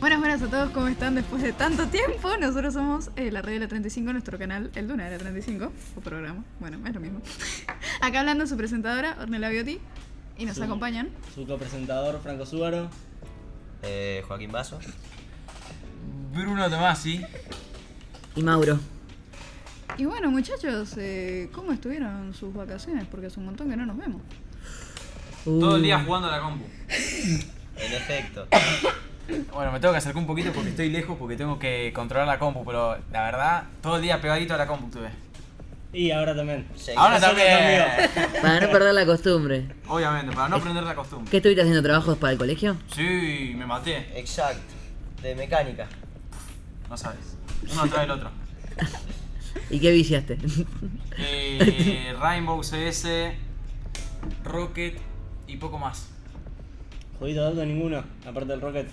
Buenas, buenas a todos, ¿cómo están después de tanto tiempo? Nosotros somos eh, la Red de la 35, nuestro canal El Luna de la 35, o programa, bueno, es lo mismo. Acá hablando su presentadora, Ornella Biotti, y nos Sí. acompañan. Su copresentador, Franco Súbaro. Eh, Joaquín Vaso. Bruno Tomasi. Y Mauro. Y bueno, muchachos, eh, ¿cómo estuvieron sus vacaciones? Porque hace un montón que no nos vemos. Todo Uh, el día jugando a la compu. En efecto. Bueno, me tengo que acercar un poquito porque estoy lejos, porque tengo que controlar la compu, pero la verdad, todo el día pegadito a la compu estuve. Y ahora también. Seguimos. Ahora Eso también. no cambió. Para no perder la costumbre. Obviamente, para no perder la costumbre. ¿Qué estuviste haciendo trabajos para el colegio? Sí, me maté. Exacto. De mecánica. No sabes. Uno atrás del otro. ¿Y qué viciaste? Eh, Rainbow CS, Rocket y poco más. Jueguito de auto ninguno, aparte del Rocket.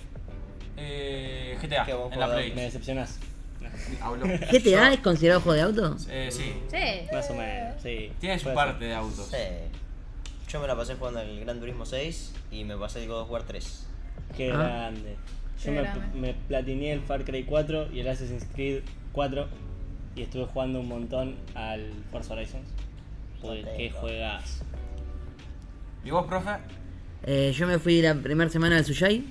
Eh, GTA, Que vos en la podés Me Play. decepcionás. No, Habló. ¿GTA es considerado juego de auto? Eh, sí. Sí. más o menos, sí. Tiene su Puede parte de autos. Sí. Yo me la pasé jugando al Gran Turismo 6 y me pasé el God of War 3. ser. Qué Ah. grande. Yo Qué me, grande. me platineé el Far Cry 4 y el Assassin's Creed 4 y estuve jugando un montón al Forza Horizons. Porque Ok. qué juegas. ¿Y vos, profe? Eh, yo me fui la primera semana al Sushai.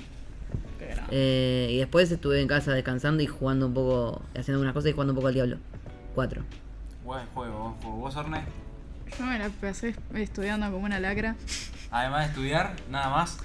Qué grande. eh, y después estuve en casa descansando y jugando un poco, haciendo algunas cosas y jugando un poco al Diablo. Cuatro. Buen juego, buen juego. ¿Vos, Orne? Yo me la pasé estudiando como una lacra. Además de estudiar, nada más.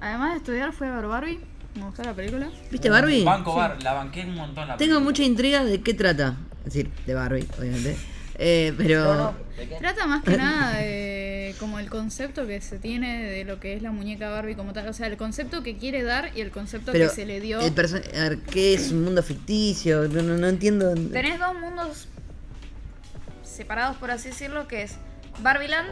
Además de estudiar, fui a ver Barbie, me gustó la película. ¿Viste Barbie? Banco Bar, la banqué un montón la Tengo película. mucha intriga de qué trata. Es decir, de Barbie, obviamente. Eh, pero. ¿De qué? Trata más que nada de como el concepto que se tiene de lo que es la muñeca Barbie como tal, o sea, el concepto que quiere dar y el concepto Pero que se le dio. el perso- a ver, ¿Qué es un mundo ficticio? No, no, no entiendo. Tenés dos mundos separados, por así decirlo, que es Barbieland,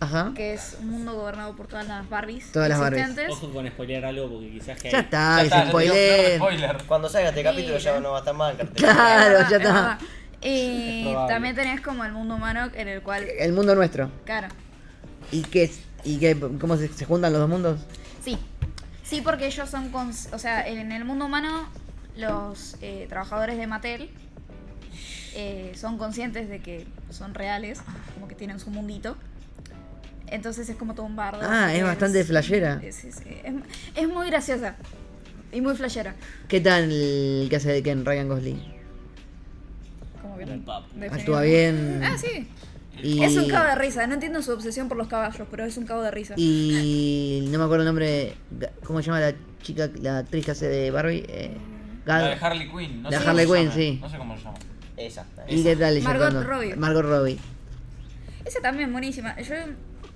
Ajá. que es un mundo gobernado por todas las Barbies Todas las Barbies. existentes. Ojo con spoilear algo porque quizás que Ya hay- está, Ya que está, se ya te digo, spoilee. no, spoiler. Cuando salga este capítulo ya Mira. no va a estar mal el cartel. Claro, Es ya verdad, está. es verdad. Y Es probable. también tenés como el mundo humano en el cual, El mundo nuestro. claro, ¿Y qué es? ¿Y qué, cómo se, se juntan los dos mundos? sí, sí porque ellos son, cons- o sea, en el mundo humano los eh, trabajadores de Mattel eh, son conscientes de que son reales, como que tienen su mundito. Entonces es como todo un bardo. Ah, es bastante flashera. Es, es- es- es muy graciosa. Y muy flashera. ¿Qué tal el que hace de Ken Ryan Gosling? como que Un papo. definido. Actúa bien. Ah, sí. Y, Es un cabo de risa. No entiendo su obsesión por los caballos, pero es un cabo de risa. Y no me acuerdo el nombre. ¿Cómo se llama la chica, la actriz que hace de Barbie? Eh, Gal- La de Harley Quinn, no La sé Harley cómo se Quinn, llama, sí. No sé cómo se llama. Esa. ¿Y qué tal ella Margot actuando? Robbie. Margot Robbie. Esa también buenísima. Yo,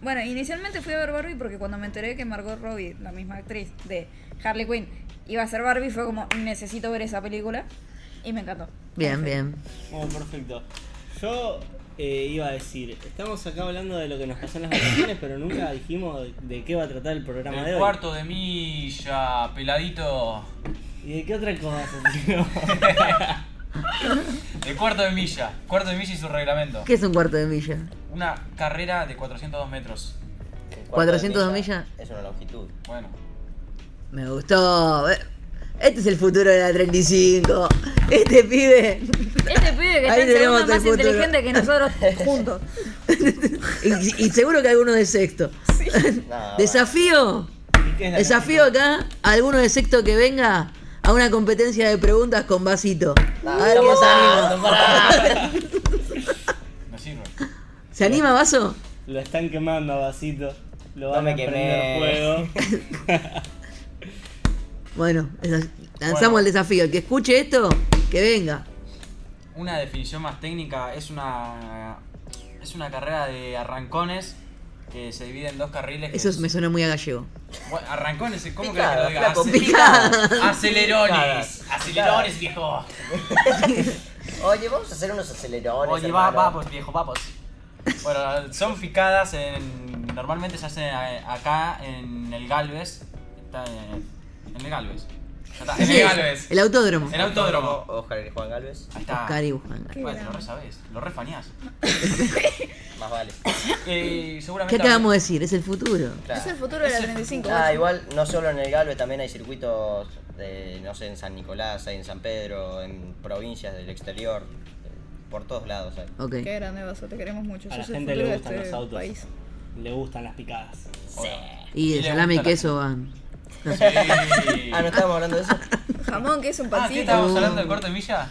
bueno, inicialmente fui a ver Barbie porque cuando me enteré que Margot Robbie, la misma actriz de Harley Quinn, iba a ser Barbie, fue como, necesito ver esa película. Y me encantó. Bien, bien. Bueno, Oh, perfecto. Yo eh, iba a decir, estamos acá hablando de lo que nos pasó en las vacaciones, pero nunca dijimos de qué va a tratar el programa de El hoy. cuarto de milla, peladito. ¿Y de qué otra cosa, tío? El cuarto de milla. Cuarto de milla y su reglamento. ¿Qué es un cuarto de milla? Una carrera de 402 metros. Un cuarto de 402 milla millas. Es una longitud. Bueno. Me gustó. Eh, Este es el futuro de la 35. Este pibe. Este pibe que Ahí está en tenemos el segundo es más futuro. inteligente que nosotros juntos. Y, y seguro que alguno de sexto. Nada, Desafío. ¿Y qué es la Desafío acá a alguno de sexto que venga a una competencia de preguntas con vasito. Nah, A ver quién estamos se hablando, anima. pará. No sirve. ¿Se anima, Vaso? Lo están quemando a vasito. Lo No van me a quemé. prender fuego. Bueno, es- lanzamos Bueno. el desafío. El que escuche esto, que venga. Una definición más técnica es una. Es una carrera de arrancones que se divide en dos carriles. que Eso es- me suena muy a gallego. Bueno, arrancones, ¿cómo crees que Picada, lo diga? flaco, Ace- picada. Acelerones. Picadas. Acelerones, viejo. Oye, vamos a hacer unos acelerones. Oye, va, hermano. vamos, viejo, vamos. Bueno, son picadas en. Normalmente se hacen a- acá en el Galvez. Está en, en el Galvez. Ya está, en Sí, el Galvez. el autódromo. El autódromo. Oscar y Juan Galvez. Ahí está. Cari Bujanga. Bueno, lo re sabés, lo re faneás. Más vale. Eh, ¿Qué seguramente. acabamos de decir? Es el futuro. Claro. Es el futuro de la 35. Ah, igual, no solo en el Galvez, también hay circuitos de, no sé, en San Nicolás, hay en San Pedro, en provincias del exterior, eh, por todos lados hay. Ok. Qué grande vaso, te queremos mucho. A la Sos el gente le futuro de gustan este los autos. país. Le gustan las picadas. Y de le salame y gusta la- queso van. Sí. Ah, ¿no estábamos hablando de eso? Jamón, que es un Eh, Ah, ¿qué pancito. Uh. estábamos hablando del corte de milla?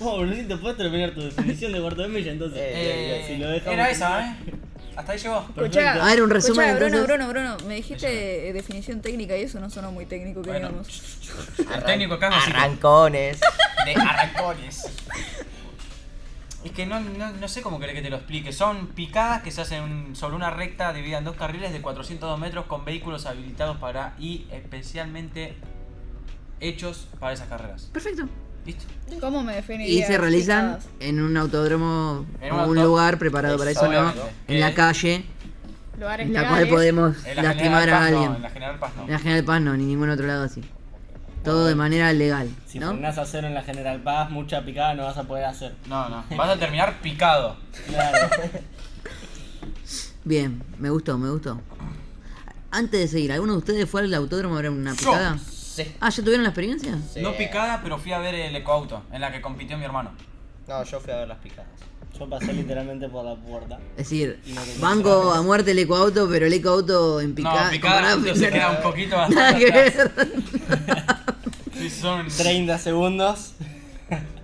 Oh, Brunito, ¿puedes terminar tu definición de cuarto de milla entonces? Eh, si lo dejamos- era esa, ¿eh? Hasta ahí llegó. Escuchá, A ver, un escuchá, resumen, Bruno, entonces. Bruno, Bruno, me dijiste eh, definición técnica y eso no sonó muy técnico que Bueno. digamos. El técnico acá es músico. Arrancones. de arrancones. Es que no, no, no sé cómo querés que te lo explique. Son picadas que se hacen sobre una recta dividida en dos carriles de 402 metros con vehículos habilitados para y especialmente hechos para esas carreras. Perfecto. ¿Listo? ¿Cómo me definiría? Y se realizan picadas? en un autódromo En un o un auto- lugar preparado para eso, ¿no? Obviamente. En la Eh, calle, Lugares en la cual legales. podemos En la lastimar General a Paz no, en alguien. la General Paz no. En la General Paz no, ni ningún otro lado así. Todo de manera legal, Si ¿no? frenás a cero en la General Paz, mucha picada no vas a poder hacer. No, no. Vas a terminar picado. Claro. Bien, me gustó, me gustó. Antes de seguir, ¿alguno de ustedes fue al autódromo a ver una picada? Sí. Ah, ¿ya tuvieron la experiencia? Sí. No picada, pero fui a ver el ecoauto, en la que compitió mi hermano. No, yo fui a ver las picadas. Yo pasé literalmente por la puerta. Es decir, Y no tenía banco a muerte el ecoauto, pero el ecoauto en picada. no, picada comparado a justo se picar- queda un poquito Nada bastante que atrás. ver. Sí, son 30 segundos.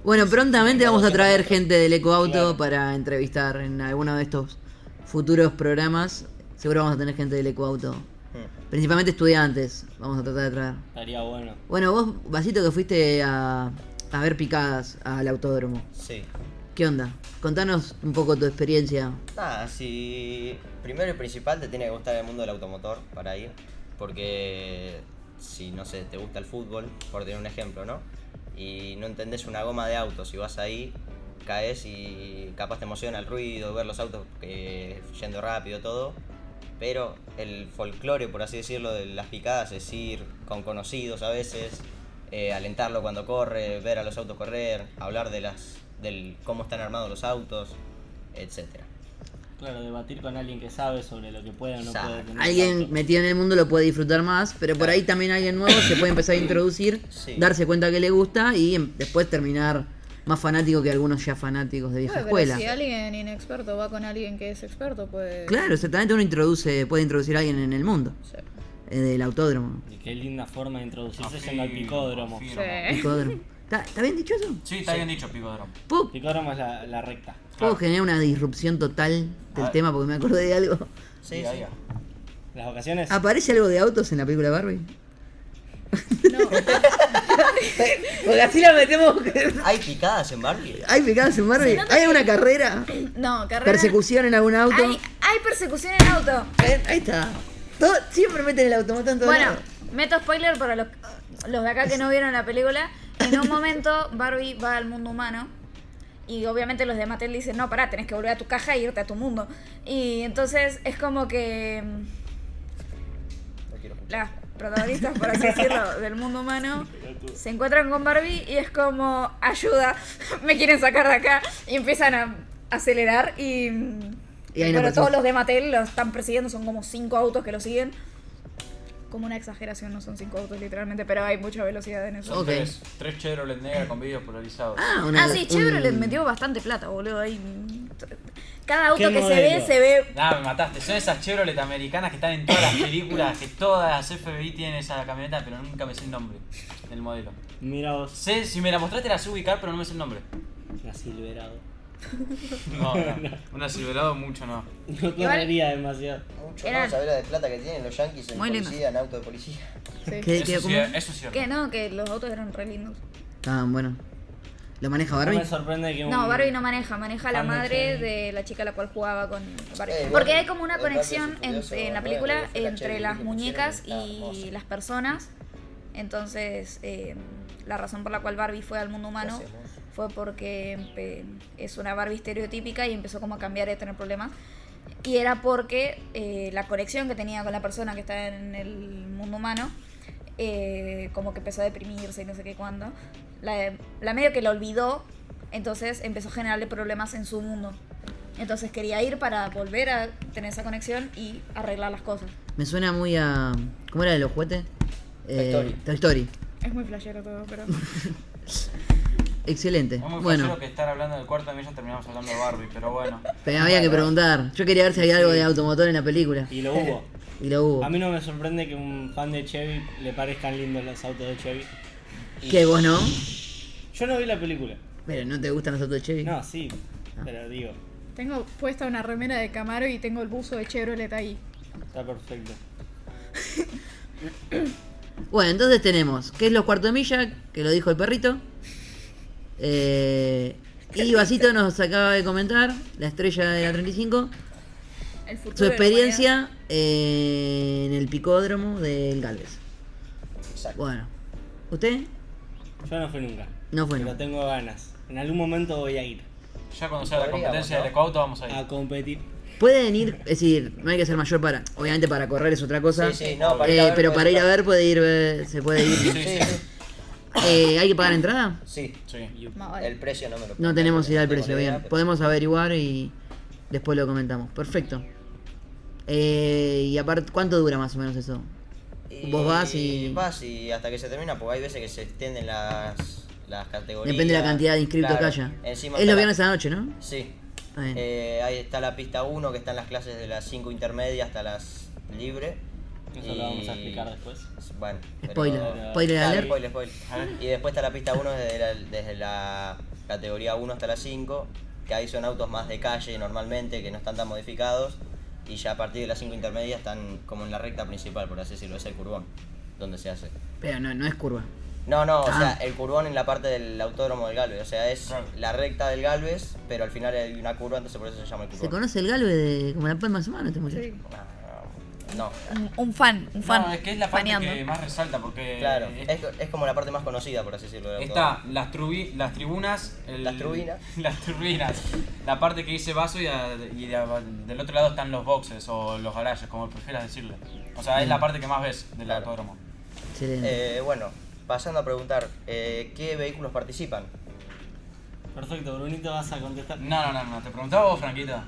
Bueno, prontamente vamos a traer gente del ecoauto para entrevistar en alguno de estos futuros programas. Seguro vamos a tener gente del ecoauto. Hmm. Principalmente estudiantes, vamos a tratar de traer. Estaría bueno. Bueno, vos, Vasito, que fuiste a, a ver picadas al autódromo. Sí. ¿Qué onda? Contanos un poco tu experiencia. Nada, si primero y principal te tiene que gustar el mundo del automotor para ir, porque si no sé, te gusta el fútbol, por tener un ejemplo, ¿no? Y no entendés una goma de auto, si vas ahí, caes y capaz te emociona el ruido, ver los autos que- yendo rápido, todo. Pero el folclore, por así decirlo, de las picadas es ir con conocidos a veces, eh, alentarlo cuando corre, ver a los autos correr, hablar de las, del cómo están armados los autos, etcétera. Claro, debatir con alguien que sabe sobre lo que puede o no Exacto. puede tener. Alguien auto. metido en el mundo lo puede disfrutar más, pero por ahí también alguien nuevo se puede empezar a introducir, Sí. darse cuenta que le gusta y em- después terminar más fanático que algunos ya fanáticos de vieja Bueno, pero escuela. si alguien inexperto va con alguien que es experto, pues... Claro, exactamente uno introduce, puede introducir a alguien en el mundo Sí. eh, del autódromo. Y qué linda forma de introducirse Afirmo, yendo al picódromo. afirmo. Sí. Picódromo. ¿Está, está bien dicho eso? Sí, está bien dicho, picódromo. ¿Puedo, Picódromo es la, la recta. puedo generar una disrupción total del Ah. tema porque me acordé de algo? Sí, Diga, sí. diga. Las vacaciones. ¿Aparece algo de autos en la película Barbie? No, Porque así la metemos. ¿Hay picadas en Barbie? ¿Hay picadas en Barbie? ¿Hay alguna carrera? No, carrera. ¿Persecución en algún auto? Hay, hay persecución en auto. Eh, Ahí está. Todo- siempre meten el automóvil en todo Bueno, lado. meto spoiler para los, los de acá que no vieron la película. En un momento Barbie va al mundo humano y obviamente los de Mattel dicen, no, pará, tenés que volver a tu caja e irte a tu mundo. Y entonces es como que mm, No quiero escuchar. las protagonistas, por así decirlo, del mundo humano se encuentran con Barbie y es como, ayuda, me quieren sacar de acá. Y empiezan a acelerar y... Y ahí no pero pasó. todos los de Mattel los están persiguiendo, son como cinco autos que lo siguen. Como una exageración, no son cinco autos literalmente, pero hay mucha velocidad en eso. Son Oh, Ok. tres, tres Chevrolet negras con vídeos polarizados. Ah, una- Ah, sí, un- Chevrolet metió bastante plata, boludo. Ahí. Cada auto ¿Qué que se modelo? ve, se ve. Nah, me mataste. Son esas Chevrolet americanas que están en todas las películas, que todas las FBI tienen esa camioneta, pero nunca me sé el nombre del modelo. Mira vos, Sé, si me la mostraste la sé ubicar, pero no me sé el nombre. la Silverado. No, no. Una Silverado mucho no. No correría demasiado. Mucho Eran- más, saber la de plata que tienen los yankees en Muy lindo. policía, en auto de policía. sí. ¿Qué- Eh, qué- Eso sí, eh. cómo? eso es cierto. Que no, que los autos eran re lindos. Ah, bueno. ¿Lo maneja No Barbie? me sorprende que un. No, Barbie no maneja, maneja la Fan de madre Jenny. de la chica a la cual jugaba con Barbie. Eh, Porque bueno, hay como una el Barbie conexión es un en, curioso, en la ¿no? película Fue la entre Cherry las que pusieron muñecas que está y hermosa. las personas. Entonces, eh, la razón por la cual Barbie fue al mundo humano Gracias, Monse. fue porque empe- es una Barbie estereotípica y empezó como a cambiar y a tener problemas. Y era porque eh, la conexión que tenía con la persona que está en el mundo humano, eh, como que empezó a deprimirse y no sé qué cuándo, la, la medio que la olvidó, entonces empezó a generarle problemas en su mundo. Entonces quería ir para volver a tener esa conexión y arreglar las cosas. Me suena muy a. ¿Cómo era de los juguetes? eh, Story. Toy Story. Es muy flashero todo, pero. Excelente. Es muy Bueno, flashero que estar hablando del cuarto de mí ya terminamos hablando de Barbie, pero bueno. pero había que preguntar. Yo quería ver si había algo de automotor en la película. Y lo hubo. Y lo hubo. A mí no me sorprende que un fan de Chevy le parezcan lindos los autos de Chevy. Que vos no. Yo no vi la película. Pero no te gustan los autos de Chevy. No, sí, pero digo, Tengo puesta una remera de Camaro y tengo el buzo de Chevrolet ahí. está perfecto. Bueno, entonces tenemos que es los cuartos de milla, que lo dijo el perrito. Eh, y Basito nos acaba de comentar, la estrella de la 35, El futuro su de la humanidad. experiencia eh, en el picódromo del Galvez. Exacto. Bueno, ¿usted? Yo no fui nunca. No fue, Pero no. tengo ganas. En algún momento voy a ir Ya cuando sea la Podríamos, competencia ¿no? del Ecoauto vamos a a ir. competir. Pueden ir, es decir, no hay que ser mayor para. Obviamente para correr es otra cosa. Sí, sí, no, para eh, ir a ver pero puede para ir a estar. ver puede ir, eh, se puede ir. Sí, Sí, sí, sí. Eh, ¿Hay que pagar entrada? Sí, sí. Más vale. el precio no me lo No tenemos idea del no tengo precio, ni idea, bien. pero- Podemos averiguar y después lo comentamos. Perfecto. Eh, y aparte, ¿cuánto dura más o menos eso? Y Vos vas y- Vas y hasta que se termina, porque hay veces que se extienden las, las categorías. Depende de la cantidad de inscriptos Claro. que haya. Encima es está los la- viernes a la noche, ¿no? Sí. Ah, bien. Eh, ahí está la pista 1, que están las clases de las 5 intermedias hasta las libre. Eso lo vamos a explicar después. Bueno, pero- Spoiler. Spoiler Claro, alert. spoiler, spoiler. Y después está la pista 1 desde la, desde la categoría 1 hasta la 5, que ahí son autos más de calle normalmente, que no están tan modificados. Y ya a partir de las 5 intermedias están como en la recta principal, por así decirlo, es el curbón, donde se hace. Pero no, no es curva. No, no, o Ah. sea, el curbón en la parte del autódromo del Galvez, o sea, es Claro. la recta del Galvez, pero al final hay una curva, entonces por eso se llama el ¿Se curbón. conoce el Galve de como la palma de su mano este muchacho? Sí. No, Un, un fan, un fan. No, es que es la parte faneando. que más resalta porque claro, es- es, es como la parte más conocida, por así decirlo. del Eh, está las, trubi- las tribunas, el- Las trubinas. las turbinas, la parte que dice vaso y, a- y de a- del otro lado están los boxes o los garajes, como prefieras decirle. O sea, es la parte que más ves del Claro. autódromo. Excelente. Eh, bueno, pasando a preguntar, eh, ¿qué vehículos participan? Perfecto, Brunito, vas a contestar. No, no, no, no, te preguntaba vos, Franquita.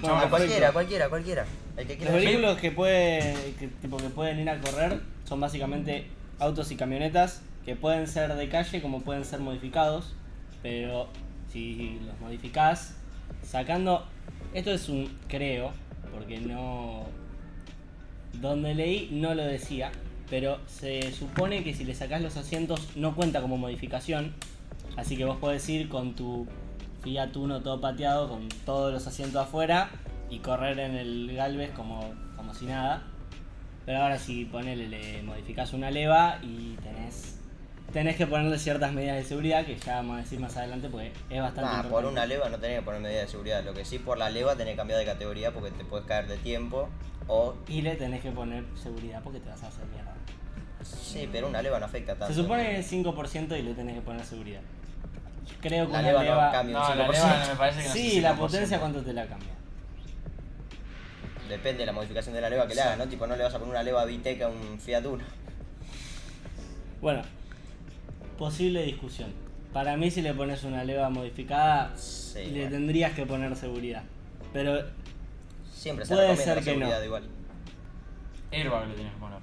Bueno, Ah, perfecto. cualquiera, cualquiera, cualquiera. El que Los quiera. vehículos que, puede, que, tipo, que pueden ir a correr son básicamente autos y camionetas que pueden ser de calle como pueden ser modificados, pero si los modificás, sacando... Esto es un creo, porque no... Donde leí no lo decía, pero se supone que si le sacás los asientos no cuenta como modificación, así que vos podés ir con tu Fiat Uno todo pateado, con todos los asientos afuera y correr en el Galvez como, como si nada. Pero ahora si ponele, le modificás una leva y tenés, tenés que ponerle ciertas medidas de seguridad que ya vamos a decir más adelante porque es bastante... Nah, por importante. una leva no tenés que poner medida de seguridad. Lo que sí, por la leva tenés que cambiar de categoría porque te puedes caer de tiempo. O. Y le tenés que poner seguridad porque te vas a hacer mierda. Sí, pero una leva no afecta tanto. Se supone que es 5% y le tenés que poner seguridad. Yo creo que La una leva leva... no cambia No, un la 5%. leva me parece que no sé sí, si la 5%. potencia cuánto te la cambia. Depende de la modificación de la leva que le hagas, ¿no? Tipo, no le vas a poner una leva Vitec a un Fiat Uno. Bueno, posible discusión. Para mí si le pones una leva modificada, Sí, le bueno. tendrías que poner seguridad. Pero Siempre se Puede recomienda ser la que no. seguridad igual. Airbag le tienes que poner.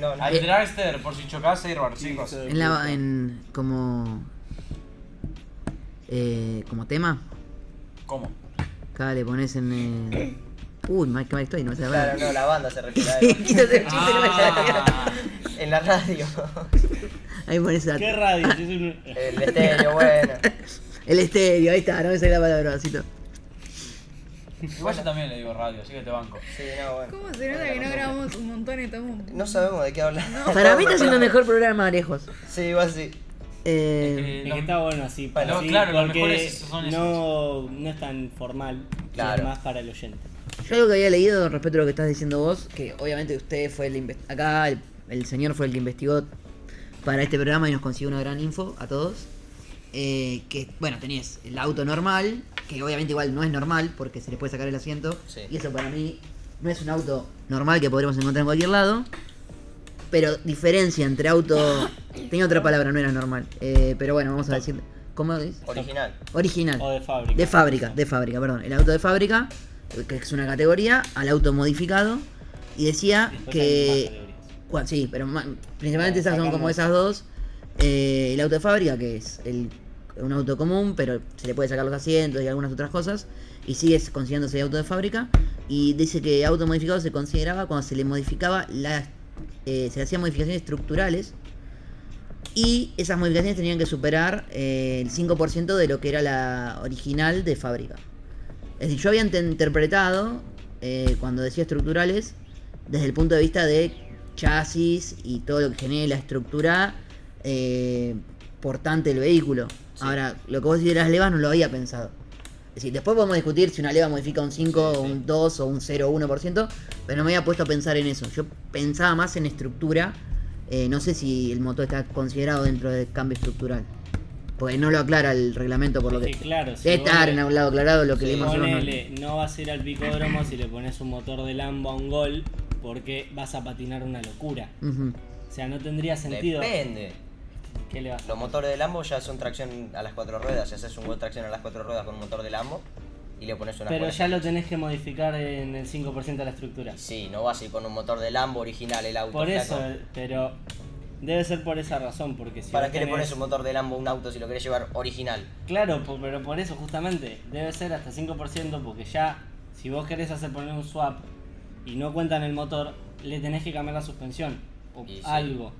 No, no. Al dragster, por si chocas, airbag, chicos. hijo de En la, puta. en, como, eh, como tema, ¿Cómo? acá le pones en... eh, Uy, mal que mal estoy, no me sale la Claro, palabra. no, la banda se refiere a Quise hacer un chiste, no me sale la palabra. Ah, En la radio. Ahí pones la- ¿Qué radio? Si es un- El estéreo, bueno. el estéreo, ahí está, no me sale la palabra, Basito. igual yo también le digo radio, así que te banco. Sí, no, bueno. ¿Cómo se nota que no grabamos un montón y estamos... No sabemos de qué hablar. Para mí está siendo el mejor programa, lejos. Sí, va así. Eh, Eh, Es los- que está bueno así, para No, así, claro, los porque mejores son esos. no, no es tan formal, Claro. es más para el oyente. yo algo que había leído respecto a lo que estás diciendo vos, que obviamente usted fue el inves- acá el, el señor fue el que investigó para este programa y nos consiguió una gran info a todos. eh, que bueno, tenías el auto normal, que obviamente igual no es normal porque se le puede sacar el asiento. Sí. Y eso para mí no es un auto normal que podríamos encontrar en cualquier lado. Pero diferencia entre auto. Tenía otra palabra, no era normal. eh, pero bueno, vamos a decir. ¿Cómo es? Original. Original. O de fábrica. Mm. De fábrica, de fábrica, perdón. El auto de fábrica, que es una categoría, al auto modificado, Y decía Después hay más que. categorías. cua- Sí, pero ma- principalmente esas son como Sacamos- esas dos. Eh, el auto de fábrica, que es el, un auto común, pero se le puede sacar los asientos y algunas otras cosas. Y sigue considerándose auto de fábrica. Y dice que auto modificado se consideraba cuando se le modificaba las. eh, se le hacían modificaciones estructurales. Y esas modificaciones tenían que superar eh, el 5% de lo que era la original de fábrica. Es decir, yo había ente- interpretado, eh, cuando decía estructurales, desde el punto de vista de chasis y todo lo que genere la estructura eh, portante del vehículo. Ahora, lo que vos decís de las levas no lo había pensado. Es decir, después podemos discutir si una leva modifica un 5, o un 2 o un 0 o 1%, pero no me había puesto a pensar en eso. Yo pensaba más en estructura. eh, no sé si el motor está considerado dentro del cambio estructural. Porque no lo aclara el reglamento por lo Es que... que claro, si Debe vos estar le- en algún lado aclarado lo que Sí, leímos nosotros, ¿no? Ponele, no vas a ir al picódromo si le pones un motor de Lambo a un gol porque vas a patinar una locura. Ujú. O sea, no tendría sentido. Depende. ¿Qué le vas a Los motores de Lambo ya son tracción a las cuatro ruedas. Si haces un buen tracción a las cuatro ruedas con un motor de Lambo y le pones una Pero ya lo tenés que modificar en el 5% de la estructura. Sí, no vas a ir con un motor de Lambo original el auto. Por eso, flaco. pero debe ser por esa razón, porque si ¿Para vos qué le tenés- pones un motor de Lambo a un auto si lo querés llevar original? Claro, po- pero por eso justamente, debe ser hasta 5% porque ya si vos querés hacer poner un swap y no cuentan el motor, le tenés que cambiar la suspensión o Y sí. algo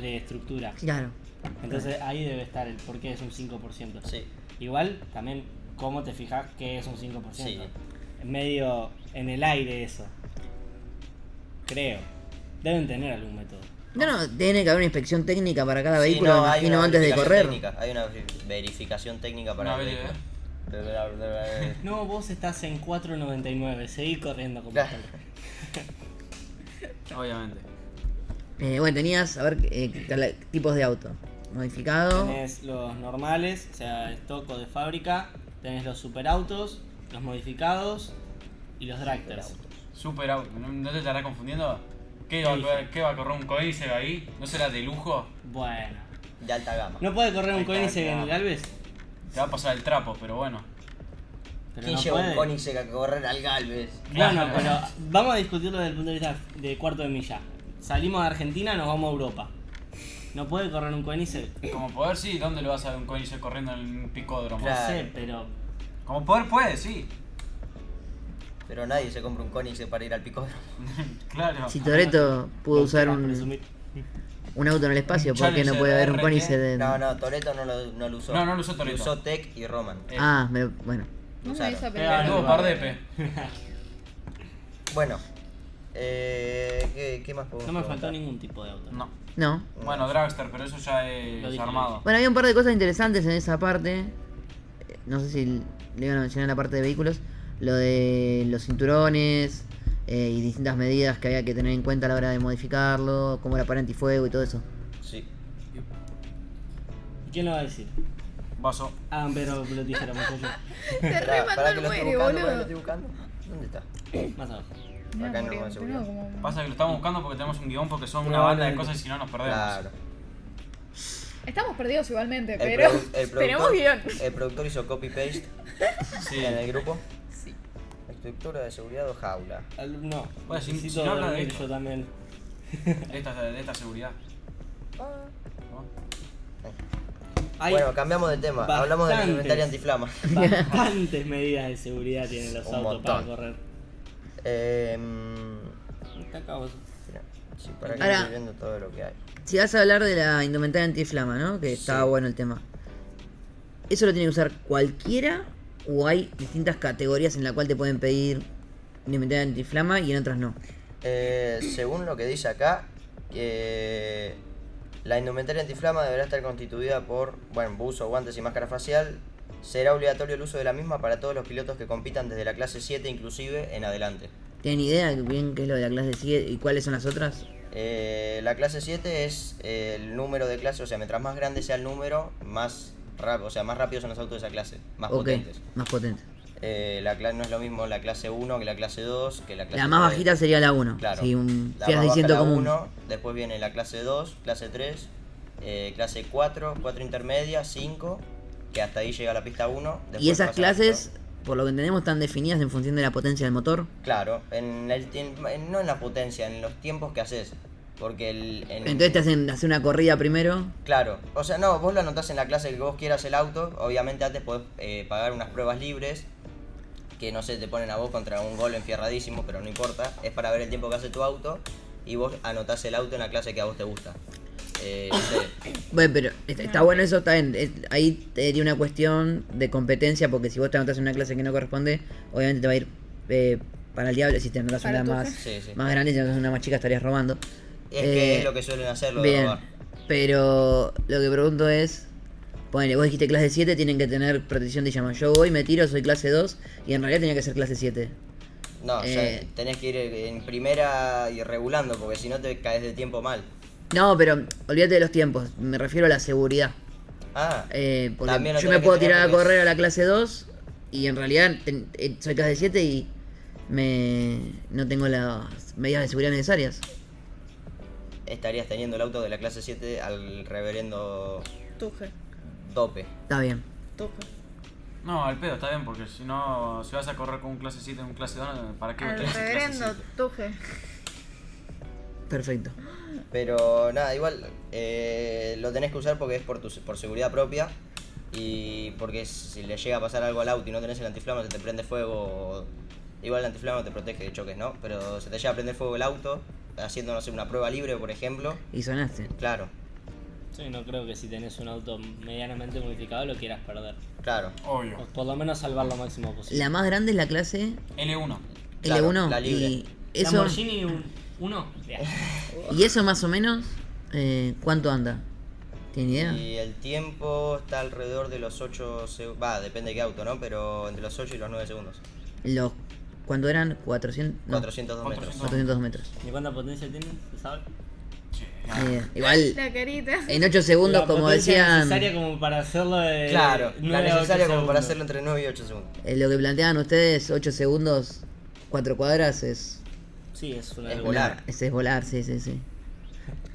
de estructura. Claro. Entonces ahí debe estar el por qué es un 5%. Sí. Igual también cómo te fijas que es un 5%. Sí. Es Medio en el aire eso. Creo. Deben tener algún método. No, no, tiene que haber una inspección técnica para cada Sí, Ah, vehículo, no, me hay imagino, una antes de verificación correr. técnica, Hay una veri- verificación técnica para Una el veri- vehículo. No, vos estás en 4.99, seguí corriendo como Claro. tal. Obviamente. Eh, bueno, tenías, a ver, eh, cala- tipos de auto. Modificado. Tenés los normales, o sea, estoco de fábrica, tenés los superautos, los modificados y los dragsters. Super auto. ¿No, no te estarás confundiendo? ¿Qué, va, a Sí. correr- qué va a correr un códice ahí? ¿No será de lujo? Bueno. De alta gama. ¿No puede correr un Ahí está, Koenigsegg en claro. el Galvez? Te va a pasar el trapo, pero bueno. Pero ¿Quién no lleva un puede. Koenigsegg a correr al Galvez? Bueno, Claro. pero vamos a discutirlo desde el punto de vista de cuarto de milla. Salimos de Argentina, nos vamos a Europa. No puede correr un Koenigsegg. Como poder sí, ¿dónde lo vas a ver un códice corriendo en un picódromo? No Claro. sé, pero Como poder puede, sí. Pero nadie se compra un Koenigsegg para ir al picódromo. claro. Eh, Si Toreto pudo no usar querás un, presumir. un auto en el espacio, Un ¿por qué no Challenger puede haber un RT? Koenigsegg? de- No, no, Toreto no lo, no lo usó. No, no lo usó Toretto. Lo usó Tech y Roman. Eh, Ah, me- bueno. No me Usaron. hizo Claro. pelear. Saludos, Pardepe. Bueno, eh, ¿qué, qué más puedo No me faltó preguntar? ningún tipo de auto. No. No. Bueno, Dragster, pero eso ya Lo es dije, armado. Bueno, había un par de cosas interesantes en esa parte. Eh, No sé si le iban a mencionar la parte de vehículos. Lo de los cinturones eh, y distintas medidas que había que tener en cuenta a la hora de modificarlo, como era para antifuego y todo eso. Sí. ¿Y quién lo va a decir? Vaso. Ah, pero lo dijéramos yo. Te Pará, remandó pará que el lo estoy muere, buscando, pará que lo boludo. estoy buscando. ¿Dónde está? Más abajo. No, Acá no, murió, con seguridad. tengo como un- Pasa que lo estamos buscando porque tenemos un guión porque son una banda de Probablemente. cosas y si no nos perdemos. Claro. Estamos perdidos igualmente, El pero produ- el tenemos guión. productor- El productor hizo copy-paste Sí. en el grupo. Sí. Estructura de seguridad o jaula. Al- No, Bueno, si- necesito si no habla de dormir esto. yo también. De esta, de esta seguridad. ¿No? Hay Bueno, cambiamos de tema. Hablamos de la bastantes. inventaria antiflama. bastantes medidas de seguridad tienen los Un autos para montón. correr. Eh, mm, Te acabo. mira, sí, para que Ahora- estoy viendo todo lo que hay. Si vas a hablar de la indumentaria antiflama, ¿no? Que estaba bueno el tema. ¿Eso lo tiene que usar cualquiera? ¿O hay distintas categorías en la cual te pueden pedir indumentaria antiflama y en otras no? Eh, según lo que dice acá, que la indumentaria antiflama deberá estar constituida por, bueno, buzo, guantes y máscara facial. Será obligatorio el uso de la misma para todos los pilotos que compitan desde la clase 7 inclusive en adelante. ¿Tienen idea de bien qué es lo de la clase 7 y cuáles son las otras? Eh, la clase 7 es eh, el número de clase, o sea, mientras más grande sea el número, más rápido, o sea, más rápidos son los autos de esa clase, más Ok, potentes. Más potentes. Eh, la cla- no es lo mismo la clase 1 que la clase 2, que la clase La más tres. bajita sería la 1. Claro. Si, un, la si más vas baja diciendo la común. 1, después viene la clase 2, clase 3, eh, clase 4, 4 intermedia, 5, que hasta ahí llega la pista 1. y esas clases por lo que entendemos, están definidas en función de la potencia del motor. Claro, en el tiemp- en- no en la potencia, en los tiempos que haces. Porque el. en- Entonces te hacen hacer una corrida primero. Claro, o sea, no, vos lo anotás en la clase que vos quieras el auto. Obviamente, antes podés eh, pagar unas pruebas libres. Que no sé, te ponen a vos contra un gol enfierradísimo, pero no importa. Es para ver el tiempo que hace tu auto. Y vos anotás el auto en la clase que a vos te gusta. Eh, no sé, Bueno, pero está, está bueno eso, está bien. Es- Ahí sería una cuestión de competencia, porque si vos te anotás en una clase que no corresponde, obviamente te va a ir eh, para el diablo. Si te anotás Para una tu más, jefe. Sí, sí. más grande, si te anotás una más chica, estarías robando. es que Eh, es lo que suelen hacer los Bien, pero lo que pregunto es, ponele, vos dijiste clase 7, tienen que tener protección de llama. Yo voy, me tiro, soy clase 2 y en realidad tenía que ser clase 7. No, o sea, Eh. tenés que ir en primera y regulando, porque si no te caes de tiempo mal. No, pero olvídate de los tiempos, me refiero a la seguridad. Ah, Eh, porque También lo yo tenés me que puedo tener tirar a porque es- correr a la clase 2 y en realidad ten- eh, soy clase 7 y me no tengo las medidas de seguridad necesarias. estarías teniendo el auto de la clase 7 al reverendo Tuje, dope. Está bien. tuje. No, al pedo, está bien, porque si no, si vas a correr con un clase 7 y un clase 2, ¿para qué Al tenés clase reverendo 7? Tuje. Perfecto. Pero nada, igual eh, lo tenés que usar porque es por, tu, por seguridad propia y porque si le llega a pasar algo al auto y no tenés el antiflama se te prende fuego. Igual el antiflama te protege de choques, ¿no? Pero se te llega a prender fuego el auto haciendo, no sé, una prueba libre, por ejemplo. Y sonaste. Claro, Sí, no creo que si tenés un auto medianamente modificado lo quieras perder. claro. O Obvio. por lo menos salvar lo máximo posible. La más grande es la clase L1. Claro, L1 la libre. y eso Lamborghini un, uno. Ya. y eso más o menos eh, cuánto anda. ¿Tiene idea? Eh, Y el tiempo está alrededor de los 8 segundos. Va, depende de qué auto, ¿no? Pero entre los 8 y los 9 segundos. Los ¿cuánto eran? 400 no, 402 metros. 402 metros. ¿Y cuánta potencia tiene? ¿Se sabe? Che, Ni idea. igual La carita. en 8 segundos Ah. La como potencia decían necesaria como para hacerlo de Claro, la Eh, nueve a ocho necesaria como para segundos. hacerlo entre 9 y 8 segundos. eh, lo que planteaban ustedes 8 segundos 4 cuadras es Sí, es una Es locura. volar. Una- Ese es volar, sí, sí, sí.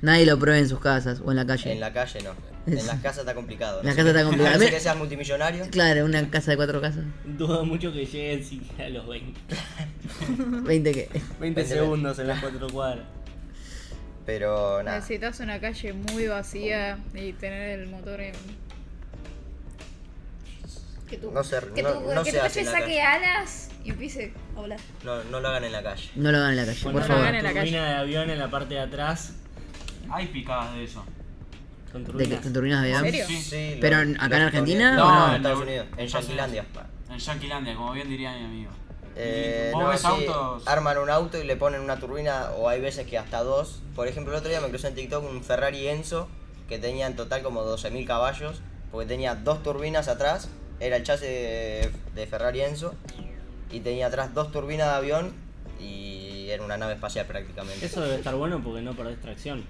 Nadie lo prueba en sus casas o en la calle. En la calle no. En las casas está complicado. En ¿no? la casa está A no complicada. ser que seas multimillonario. Claro, una casa de cuatro casas. Dudo mucho que lleguen siquiera a los 20. 20 que. 20 segundos en las 4 cuadras. Pero nada. Necesitas una calle muy vacía y tener el motor en. Que tu, No se- que no- tu, no que se tu hace coche en la saque calle. alas y empiece a volar. No, no lo hagan en la calle. No lo hagan en la calle, Poner por lo favor. hagan una en la calle. turbina de avión en la parte de atrás. Hay picadas de eso. Con De que turbinas. con turbinas de ¿En avión. serio? Sí. Sí, lo- Pero en- acá en los Argentina, estadounidenses- ¿o No, no? en Estados Unidos. En Yanquilandia. En Yanquilandia, como bien diría mi amigo. Eh, Y vos no, ves sí, autos. arman un auto y le ponen una turbina o hay veces que hasta dos. Por ejemplo, el otro día me crucé en TikTok un Ferrari Enzo que tenía en total como 12.000 caballos porque tenía dos turbinas atrás, era el chasis de, de Ferrari Enzo y tenía atrás dos turbinas de avión y era una nave espacial prácticamente. Eso debe estar bueno porque no perdés tracción.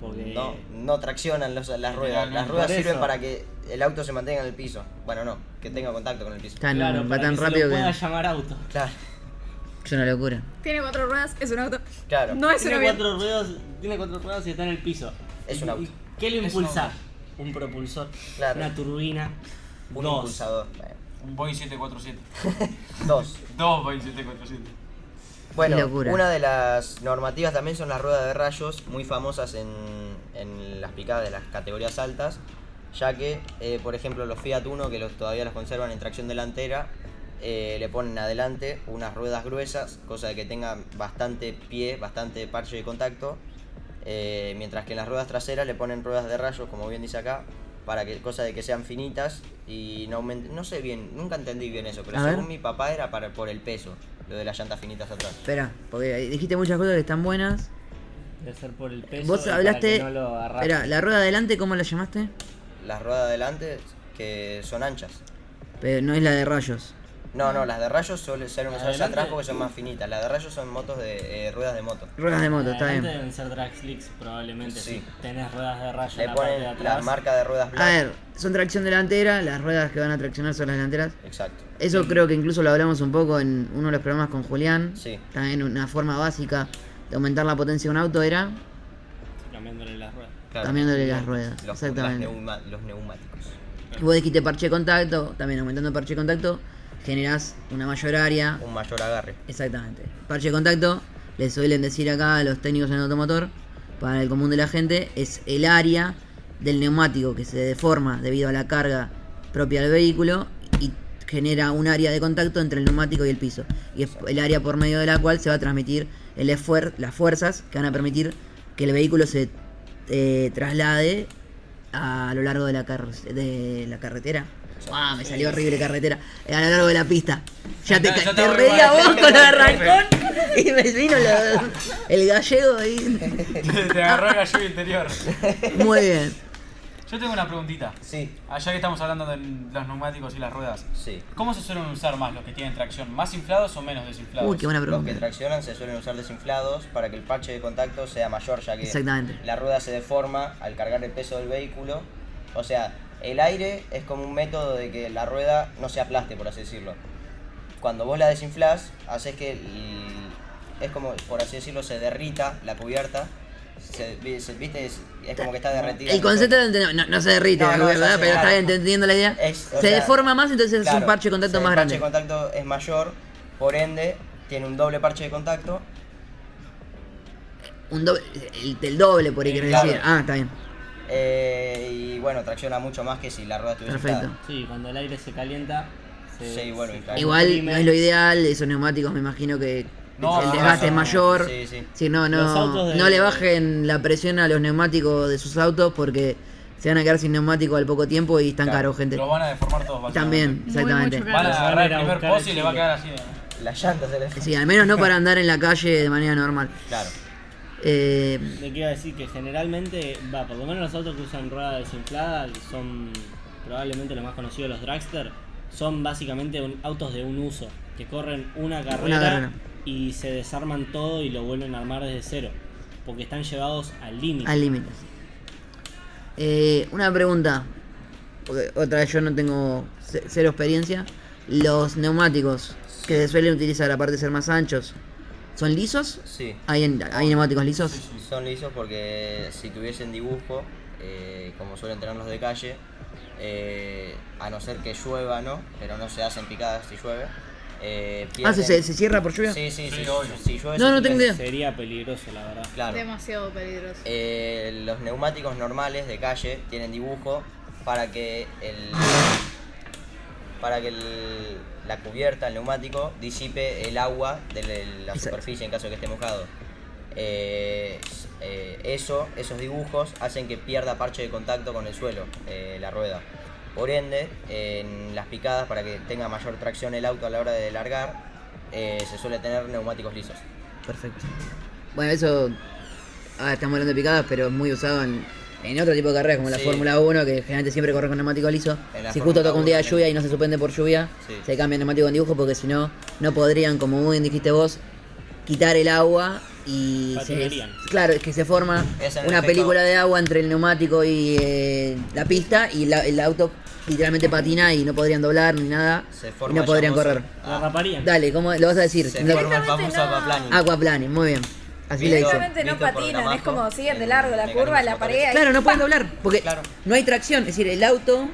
Porque No, no traccionan los- las ruedas. Las Literalmente. ruedas Por sirven eso. para que el auto se mantenga en el piso. Bueno, no, que tenga contacto con el piso. Claro, claro, Ah, va para tan que rápido se lo que. pueda llamar auto. Claro, Es una locura. Tiene cuatro ruedas, es un auto. claro. No es un Tiene avión. cuatro, ruedas, tiene cuatro ruedas y está en el piso. Es un auto. ¿Qué lo Es un impulsa? auto. Un, propulsor, Claro. una turbina, Un dos. impulsador. Bueno, Un Boeing 747. dos. Dos Boeing 747. Bueno, Qué locura. una de las normativas también son las ruedas de rayos, muy famosas en, en las picadas de las categorías altas, ya que, eh, por ejemplo, los Fiat Uno, que los, todavía los conservan en tracción delantera, eh, le ponen adelante unas ruedas gruesas, cosa de que tengan bastante pie, bastante parche de contacto, eh, mientras que en las ruedas traseras le ponen ruedas de rayos, como bien dice acá, para que cosa de que sean finitas y no aumenten, no sé bien, nunca entendí bien eso, pero A ver. según mi papá era para por el peso, lo de las llantas finitas atrás. Espera, porque dijiste muchas cosas que están buenas. Debe ser por el peso. y Vos para hablaste. que no lo arrastre. Espera, la rueda de adelante, ¿cómo la llamaste? Las ruedas de adelante que son anchas. Pero no es la de rayos. No, no, las de rayos suelen ser ¿La de usarse adelante? atrás porque son más finitas. Las de rayos son motos de eh, ruedas de moto. Ruedas de moto, está Adelante bien. deben ser drag slicks probablemente. Sí. Si tenés ruedas de rayo Le en la parte de ponen atrás. la marca de ruedas A blancas. ver, son tracción delantera, las ruedas que van a traccionar son las delanteras. Exacto. Eso creo que incluso lo hablamos un poco en uno de los programas con Julián. Sí. También una forma básica de aumentar la potencia de un auto era Cambiándole las ruedas. Claro. cambiándole las ruedas. Los, las exactamente. neuma- los neumáticos. Vos dijiste parche de contacto, también aumentando el parche de contacto. generás una mayor área. Un mayor agarre. Exactamente. Parche de contacto, les suelen decir acá a los técnicos en automotor, para el común de la gente, es el área del neumático que se deforma debido a la carga propia del vehículo y genera un área de contacto entre el neumático y el piso. Y es el área por medio de la cual se va a transmitir el esfuer- las fuerzas que van a permitir que el vehículo se eh, traslade a lo largo de la, car- de la carretera. ¡Guau! Me salió horrible carretera. Eh, A lo largo de la pista. Ya te, No, ca- yo te tengo reí a igual, vos tengo con lo de igual, Rancón y me vino lo- el gallego ahí. Te, te agarró el gallo interior. Muy bien. Yo tengo una preguntita. Sí, Allá que estamos hablando de los neumáticos y las ruedas. sí. ¿Cómo se suelen usar más los que tienen tracción? ¿Más inflados o menos desinflados? Uy, qué buena Los que pregunta. traccionan se suelen usar desinflados para que el parche de contacto sea mayor, ya que Exactamente. la rueda se deforma al cargar el peso del vehículo. O sea, el aire es como un método de que la rueda no se aplaste, por así decirlo. Cuando vos la desinflás, haces que el- es como, por así decirlo, se derrita la cubierta. Se, vi- se- ¿Viste? Es, es como que está derretida. El concepto lo entendemos. No, no se derrite, No, no, la verdad, ya sé, pero claro. está entendiendo la idea. Es- se o sea, deforma más, entonces es Claro, un parche de contacto sí, más grande. El parche de contacto es mayor, por ende, tiene un doble parche de contacto. Un doble, el, el doble, por ahí Sí, querés claro. decir. Ah, está bien. eh, y bueno, tracciona mucho más que si la rueda estuviese Perfecto. inflada. Sí, cuando el aire se calienta. Se, Sí, bueno, se- infla- Igual no comprime. es lo ideal, esos neumáticos me imagino que No, el no, desgaste es no, mayor. Sí, sí. Sí, no, Los no, autos de- no le bajen la presión a los neumáticos de sus autos porque se van a quedar sin neumático al poco tiempo y están Claro, caros, gente. Los van a deformar todos. básicamente. También, Muy, exactamente. mucho Van a Claro, agarrar van a el ir a primer buscar pozo y el le va a chicle. quedar así. ¿eh? Las llantas se le- Sí, al menos no para andar en la calle de manera normal. Claro. Eh, Le quiero decir que generalmente, va, por lo menos los autos que usan rueda desinflada, que son probablemente los más conocidos, los dragster, son básicamente un- autos de un uso, que corren una carrera, carrera. y se desarman todo y lo vuelven a armar desde cero, porque están llevados al límite. al límite. sí. Eh, una pregunta, porque otra vez yo no tengo ce- cero experiencia. Los neumáticos que se suelen utilizar, aparte de ser más anchos, ¿son lisos? Sí. ¿Hay, en- hay neumáticos lisos? Son lisos porque si tuviesen dibujo, eh, como suelen tener los de calle, eh, a no ser que llueva, ¿no? Pero no se hacen picadas si llueve. Eh, Ah, pierden- ¿se, se- se cierra por lluvia? Sí, sí, Sí, sí, obvio. Si llueve, No, se no tengo pierden. idea. Sería peligroso, la verdad. Claro. Demasiado peligroso. Eh, los neumáticos normales de calle tienen dibujo para que el para que el- la cubierta, el neumático, disipe el agua de la- la Exacto. superficie en caso de que esté mojado. Eh, s- eh, eso, esos dibujos hacen que pierda parche de contacto con el suelo, eh, la rueda. Por ende, en las picadas, para que tenga mayor tracción el auto a la hora de largar, eh, se suele tener neumáticos lisos. Perfecto. Bueno, eso. Ah, estamos hablando de picadas, pero es muy usado en, en otro tipo de carreras, como la Sí. Fórmula 1, que generalmente siempre corre con neumático liso. En la Si justo Fórmula toca un día de 1 lluvia y no se suspende por lluvia, Sí. se cambia el neumático en dibujo, porque si no, no podrían, como muy bien dijiste vos, quitar el agua y. Se, Patinarían. claro, es que se forma Es el una efecto- película de agua entre el neumático y eh, la pista, y la- el auto literalmente patina y no podrían doblar ni nada, Se y forma Ah, no podrían llamosa- correr. La raparían. Dale, ¿cómo lo vas a decir? Se No- forma el famoso no. aquaplaning. Aquaplaning, muy bien. Así le dice. Directamente no Listo por patinan, Gramajo, es como siguen de en largo la curva, mecanismos la pared. motores. ahí- Claro, no pueden doblar porque Claro. no hay tracción. Es decir, el auto Va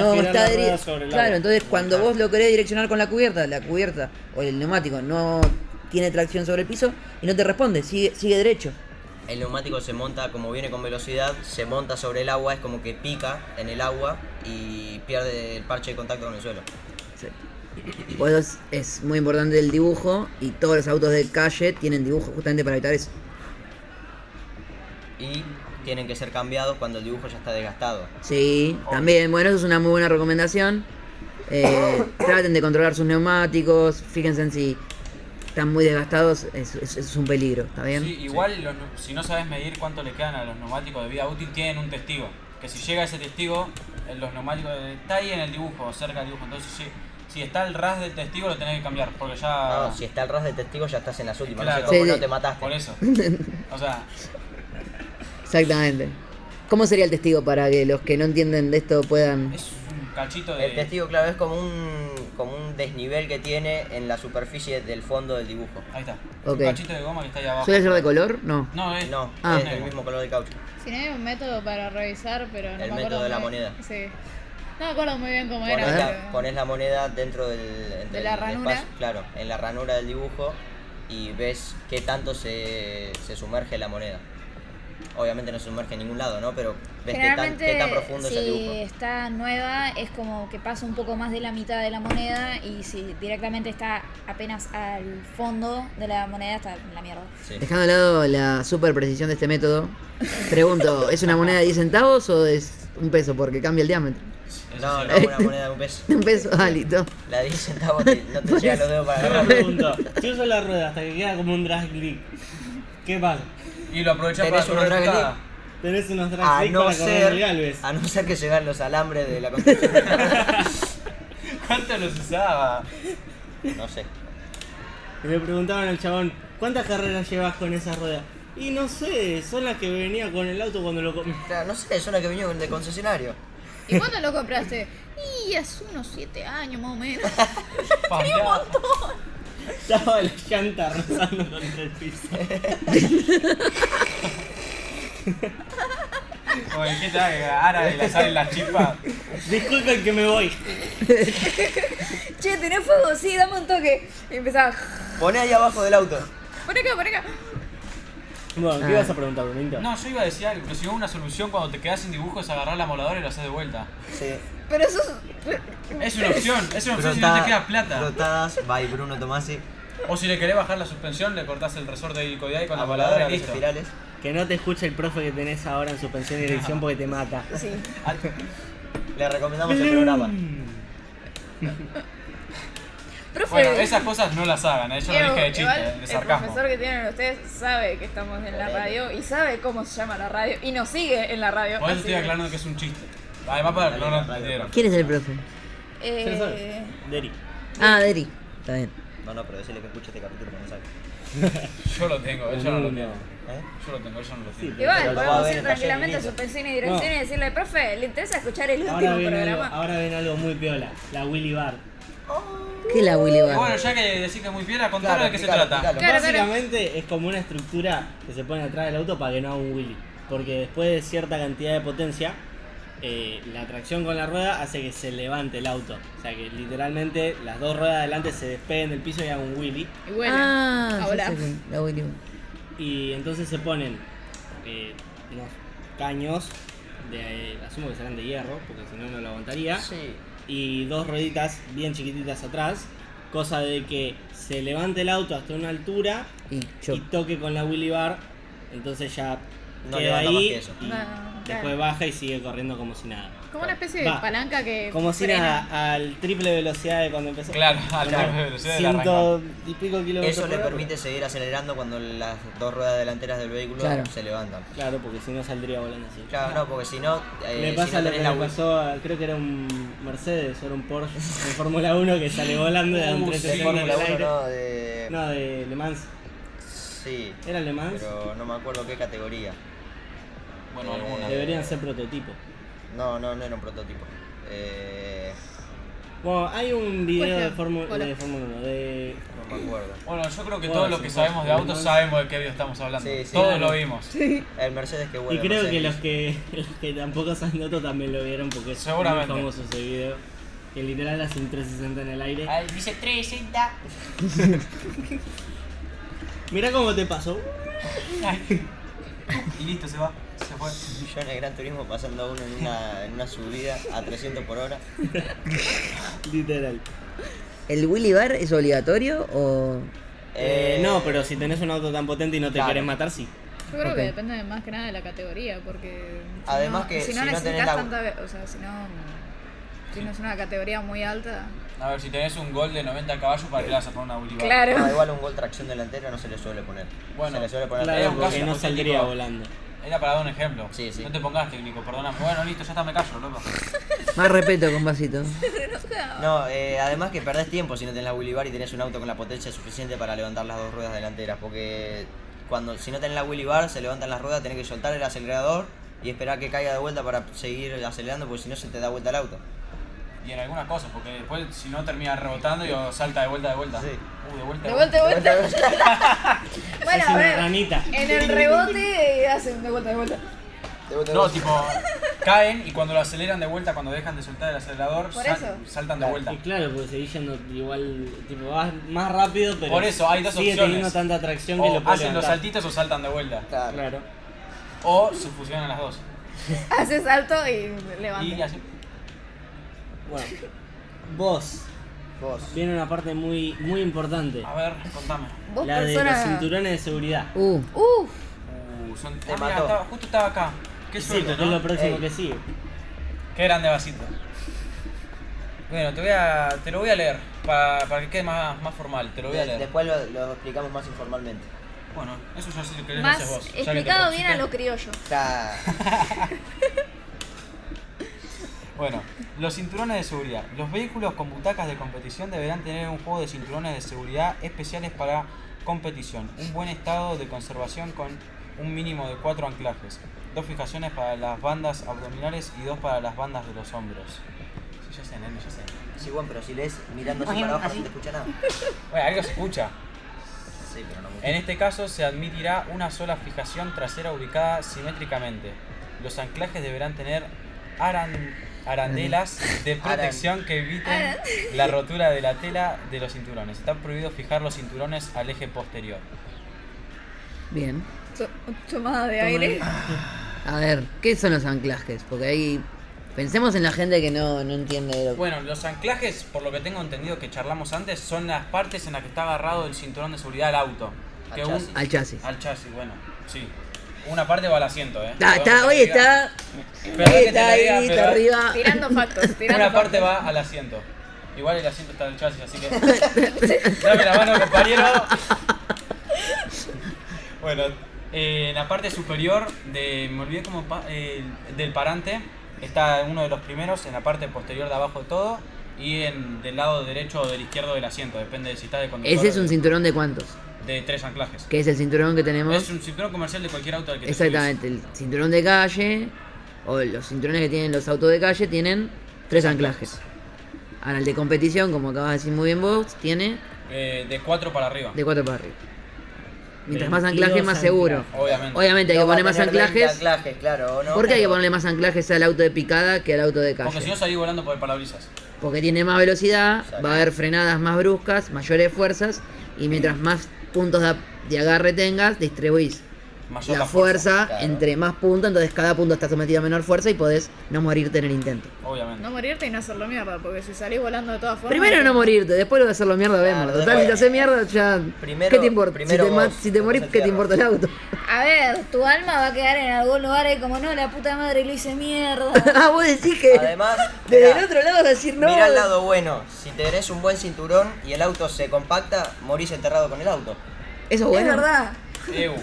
no a girar está la rueda diri- sobre el Claro, agua. entonces cuando vos lo querés direccionar con la cubierta, la cubierta o el neumático no tiene tracción sobre el piso y no te responde, sigue, sigue derecho. El neumático se monta, como viene con velocidad, se monta sobre el agua, es como que pica en el agua y pierde el parche de contacto con el suelo. Por eso es, es muy importante el dibujo y todos los autos de calle tienen dibujo justamente para evitar eso. Y tienen que ser cambiados cuando el dibujo ya está desgastado. Sí, también. Bueno, eso es una muy buena recomendación. Eh, traten de controlar sus neumáticos. Fíjense en si están muy desgastados. Es, es- es un peligro, ¿está bien? Sí, igual los nu- si no sabes medir cuánto le quedan a los neumáticos de vida útil, tienen un testigo. Que si llega ese testigo, eh, los neumáticos eh, está ahí en el dibujo, cerca del dibujo. Entonces, si, si está al ras del testigo, lo tenés que cambiar. Porque ya. Ah. No, si está el ras de testigo ya estás en las últimas. Claro. No sé cómo Sí, no sí. te mataste. Por eso. O sea, Exactamente. ¿Cómo sería el testigo para que los que no entienden de esto puedan... es un cachito de. El testigo, claro, es como un, como un desnivel que tiene en la superficie del fondo del dibujo. Ahí está. Ok. Un cachito de goma que está ahí abajo. ¿Suele ser de color? No. No, es. No, Ah. es el mismo color del caucho. Si no hay un método para revisar, pero no El me método acuerdo de la dónde- moneda. Sí. No me acuerdo muy bien cómo Pones era. la, pero- pones la moneda dentro del entre De la el ranura. espacio- claro, en la ranura del dibujo y ves qué tanto se, se sumerge la moneda. Obviamente no se sumerge en ningún lado, ¿no? Pero ves qué tan, Generalmente, qué tan profundo si es el dibujo. está nueva, es como que pasa un poco más de la mitad de la moneda y si directamente está apenas al fondo de la moneda, está en la mierda. Sí. Dejando de lado la super precisión de este método, pregunto, ¿es una moneda de 10 centavos o es un peso? Porque cambia el diámetro. No, Eso no, sí. una moneda de un peso. Un peso, ah, listo. La de 10 centavos te- no te llegan los dedos para Ahora agarrarla. pregunto, si uso la rueda hasta que queda como un drag click, ¿qué pasa? Y lo aprovechás para ¿Tenés tu unos drag remontada. Tenés unos drag A click no, para correr el ser, Galvez. a no ser que llegan los alambres de la construcción. ¿Cuánto los usaba? No sé. Y le preguntaban al chabón, ¿cuántas carreras llevas con esa rueda? Y no sé, son las que venía con el auto cuando lo... co- Claro, no sé, son las que vinieron del concesionario. ¿Y cuándo lo compraste? Y hace unos 7 años más o menos. Pampeada. Estaba la llanta rozando contra el piso. Como el GTA árabe le salen las chispas. Disculpen que me voy. Che, ¿tenés fuego? Sí, dame un toque. Y empezaba. Poné ahí abajo del auto. Por acá, por acá. Bueno, ¿qué Ah. ibas a preguntar, Brunito? No, yo iba a decir algo, pero si hubo una solución cuando te quedas sin dibujo es agarrar la moladora y lo haces de vuelta. Sí. Pero eso es- Es una opción, es una opción si no Frota- te queda plata. Frotadas by Bruno Tomasi. O si le querés bajar la suspensión, le cortás el resorte helicoidal y con la moladora Amoladora, los y listo. espirales. Que no te escuche el profe que tenés ahora en suspensión y dirección porque te mata. Sí. Le recomendamos el programa. Profe. Bueno, esas cosas no las hagan, eso lo Diego, dije de chiste, igual de el sarcasmo. profesor que tienen ustedes sabe que estamos en la radio y sabe cómo se llama la radio y nos sigue en la radio. Por eso así estoy que- aclarando que es un chiste. Además para Dale, aclarar dale, entendieron. ¿Quién es el profe? ¿Se lo sabe? Eh, Deri. Ah, Deri. Está bien. No, no, pero decirle que escuche este capítulo cuando salga. Yo lo tengo, él ya no lo tiene. ¿Eh? Yo lo tengo, él ya no lo Sí, tiene. Pero igual, lo va a podemos ver ir en taller tranquilamente a inglés. suspensión y dirección No. y decirle, profe, ¿le interesa escuchar el Ahora último viene, algo, programa? ahora viene algo muy piola, la Willy Bar. ¿Qué es la Willy Y Bueno, Bar? ya que decís que es muy piedra, contalo Claro, de qué se explícalo, trata. explícalo. Claro, claro. Básicamente es como una estructura que se pone atrás del auto para que no haga un Willy. Porque después de cierta cantidad de potencia, eh, la tracción con la rueda hace que se levante el auto. O sea que literalmente las dos ruedas de adelante se despeguen del piso y hagan un Willy. Y bueno, ah, ya ahora. sé quién, la Willy Bar. Y entonces se ponen eh, unos caños, de, eh, asumo que serán de hierro, porque si no, no lo aguantaría. Sí. y dos rueditas bien chiquititas atrás, cosa de que se levante el auto hasta una altura Y yo. y toque con la Willy Bar, entonces ya No queda levanta más ahí que eso. y No, después claro. baja y sigue corriendo como si nada. como una especie de Va. palanca que. Como si Eh, frena. nada, al triple velocidad de cuando empezó. Claro, eh, a Como la velocidad de arrancar. ciento y pico kilómetros Eso le por hora. permite seguir acelerando cuando las dos ruedas delanteras del vehículo Claro. se levantan. Claro, porque si no saldría volando así. Claro, no, porque si no. eh, Le si pasa lo no tenés que la le Willy- pasó a, creo que era un Mercedes o era un Porsche de Fórmula 1 que sale volando de un Uh, sí, 360 en el Fórmula 1 aire. no, de. No, de Le Mans. Sí. ¿Era Le Mans? Pero no me acuerdo qué categoría. Bueno, alguna. Deberían ser prototipo. No, no, no era un prototipo. Eh, Bueno, hay un video de Cuestión, Fórmula hola. de Fórmula 1 de... no me acuerdo. Bueno, yo creo que Bueno, todos los sí, que sí, sabemos sí, de autos sí. sabemos de qué video estamos hablando. Sí, sí, todos claro. lo vimos. El Mercedes que y vuelve. creo que los que, los que tampoco saben de otro también lo vieron porque es muy Seguramente. famoso ese video. Que literal hace un 360 en el aire. dice 360. Mira cómo te pasó. Y listo, se va. Se fue. Yo en el Gran Turismo pasando uno en una, en una subida a 300 por hora. Literal. ¿El Willy Bar es obligatorio o.? Eh, no, pero si tenés un auto tan potente y no te claro. querés matar, sí. Yo creo Ok. que depende de más que nada de la categoría, porque. si Además no- que si no si no tenés necesitas la- tanta. ve- O sea, si no. Si no es una categoría muy alta. A ver, si tenés un gol de 90 caballos, ¿para qué le vas a poner una Willy Bar? Claro. No, Ah, igual un gol tracción delantera no se le suele poner. Bueno, se le suele poner era Claro, un porque caso no saldría hipotético. volando. Era para dar un ejemplo. Sí, sí. No te pongas técnico, perdóname. Bueno, listo, ya está, me callo, loco. Más respeto con vasito. No, eh, además que perdés tiempo si no tenés la Willy Bar y tenés un auto con la potencia suficiente para levantar las dos ruedas delanteras. Porque cuando si no tenés la Willy Bar, se levantan las ruedas, tenés que soltar el acelerador y esperar que caiga de vuelta para seguir acelerando, porque si no se te da vuelta el auto. Y en algunas cosas, porque después, si no, termina rebotando y o salta de vuelta, de vuelta. Sí. Uh, de vuelta, De vuelta, de vuelta. bueno, es a una ver. ranita. En el rebote eh, hacen de vuelta, de vuelta. No, tipo, caen y cuando lo aceleran de vuelta, cuando dejan de soltar el acelerador, Por sal- eso. saltan de Claro, vuelta. Y claro, porque seguís yendo igual, tipo, vas más rápido, pero Por eso, hay dos sigue opciones. teniendo tanta atracción que O lo hacen puede los levantar. saltitos o saltan de vuelta. Claro. Claro. O se fusionan las dos. Hace salto y Y levanta. así. Bueno, vos, Vos. viene una parte muy, muy importante. A ver, contame. Vos La de los persona. cinturones de seguridad. Uh, Uf, Uh, son... Te Ah, mirá, mató. estaba- justo estaba acá. Qué Sí, suerte, porque ¿no? es lo próximo Ey. que sigue. Qué grande vasito. Bueno, te, voy a, te lo voy a leer para, para que quede más, más formal. Te lo voy a De- leer. después lo, lo explicamos más informalmente. Bueno, eso ya sé lo que más haces vos. ya que te explicado bien a propusiste. lo criollo. Está. Bueno, los cinturones de seguridad. Los vehículos con butacas de competición deberán tener un juego de cinturones de seguridad especiales para competición, un buen estado de conservación con un mínimo de cuatro anclajes, dos fijaciones para las bandas abdominales y dos para las bandas de los hombros. Sí, ya sé, nene, ya sé. Sí, bueno, pero si lees mirando así para abajo no te escucha nada. Bueno, algo se escucha. Sí, pero no mucho. En este caso se admitirá una sola fijación trasera ubicada simétricamente. Los anclajes deberán tener aran- arandelas de Aran. protección que eviten Aran. la rotura de la tela de los cinturones. Está prohibido fijar los cinturones al eje posterior. bien. To- Tomada de aire. A ver, ¿qué son los anclajes? Porque ahí. Pensemos en la gente que no, no entiende de lo Bueno, los anclajes, por lo que tengo entendido que charlamos antes, son las partes en las que está agarrado el cinturón de seguridad al auto. Al Que un- chasis. al chasis. al chasis, bueno, sí. Una parte va al asiento, ¿eh? Está, Ah, está, hoy Oye, está. Hoy está ahí, está arriba. Tirando factos, tirando Una parte factos. va al asiento. Igual el asiento está en el chasis, así que. Dame la mano, compañero. Bueno, eh, en la parte superior de. Me olvidé cómo. pa- eh, del parante está uno de los primeros, en la parte posterior de abajo de todo. Y en, del lado derecho o del izquierdo del asiento, depende de si está de conductor Ese es o un de, cinturón de cuántos. de tres anclajes. Que es el cinturón que Es tenemos. un cinturón comercial de cualquier auto al que te subís. Exactamente, el cinturón de calle. O los cinturones que tienen los autos de calle tienen tres anclajes. Ahora el de competición, como acabas de decir muy bien vos, tiene Eh, de cuatro para arriba, de cuatro para arriba. Mientras más 22 anclaje, más seguro. anclajes. obviamente. Obviamente hay que No va a poner más tener 20 anclajes. anclajes, claro, ¿o no? ¿Por qué hay que ponerle más anclajes al auto de picada que al auto de Porque si calle? no salís volando por el parabrisas. Porque tiene más velocidad, Exacto. va a haber frenadas más bruscas, mayores fuerzas, y mientras más puntos de, de agarre tengas, distribuís Mayor la fuerza claro. entre más puntos, entonces cada punto está sometido a menor fuerza y podés no morirte en el intento. Obviamente. No morirte y no hacerlo mierda, porque si salís volando de todas formas. Primero eh, no morirte, después lo de hacerlo mierda Claro, vemos. después. Total, si te haces mierda ya... Primero- ¿Qué te importa? Si primero te, ma- vos, si te morís, después ¿qué el te importa el auto? A ver, tu alma va a quedar en algún lugar y como no, la puta madre lo hice mierda. ah, vos decís que... Además, desde mirá, el otro lado vas a decir no. mirá el lado bueno. Si tenés un buen cinturón y el auto se compacta, morís enterrado con el auto. Eso es bueno. Es verdad. Eu.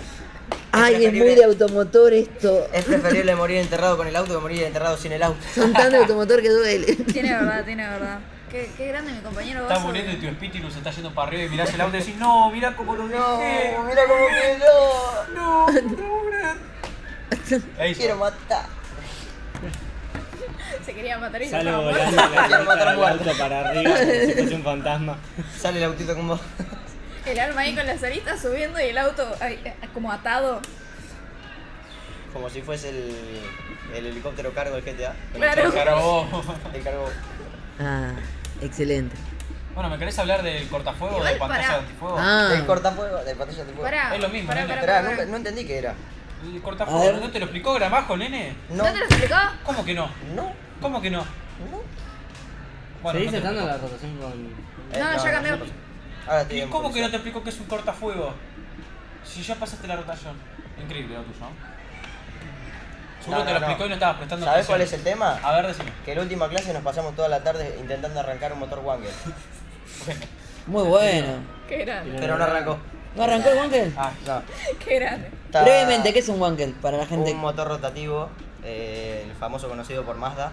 Ay, es muy preferible- de automotor esto. Es preferible morir enterrado con el auto que morir enterrado sin el auto. Son tan de automotor que duele. Tiene verdad, tiene verdad. Qué, qué grande mi compañero Estás Basso. volviendo y tu espíritu se está yendo para arriba y mirás el auto y decís, no, mira cómo lo dejé. mira cómo quedó. No, no, Ahí Quiero está. matar. ¿eh? Se quería matar y Sale no. volando la Quiero matar carita del guarda. auto para arriba como si fuese un fantasma. Sale el autito como. El alma ahí con las alitas subiendo y el auto ahí, eh, como atado. como si fuese el, el helicóptero cargo del GTA. Claro. Claro. El cargo. Ah, excelente. Bueno, ¿me querés hablar del cortafuego o del Igual pantalla para- de antifuego? Del Ah, cortafuego, del pantalla de fuego. Pará. Es lo mismo, pará, ¿no? pará, Esperá, pará. nunca- no entendí qué era. El A cortafuego, ver. ¿no te lo explicó Gramajo, nene? No, ¿No te lo explicó? ¿Cómo que no? no, ¿Cómo que no? no. Bueno, ¿Seguís no te estando en explicó. la rotación con.? Eh, No, ya cambió. Ahora estoy ¿Y en cómo que no te publicidad. explicó que es un cortafuego? Si ya pasaste la rotación. Increíble lo tuyo, ¿no? Seguro No, te no, lo explicó no. y no estabas prestando ¿Sabés atención. cuál es el tema? A ver, decime. Que en la última clase nos pasamos toda la tarde intentando arrancar un motor Wanger. muy bueno. Qué grande, Pero no arrancó. ¿No arrancó el Wankel? Ah, No. qué grande. Está Brevemente, ¿qué es un Wankel para la gente? Un motor rotativo, eh, el famoso conocido por Mazda.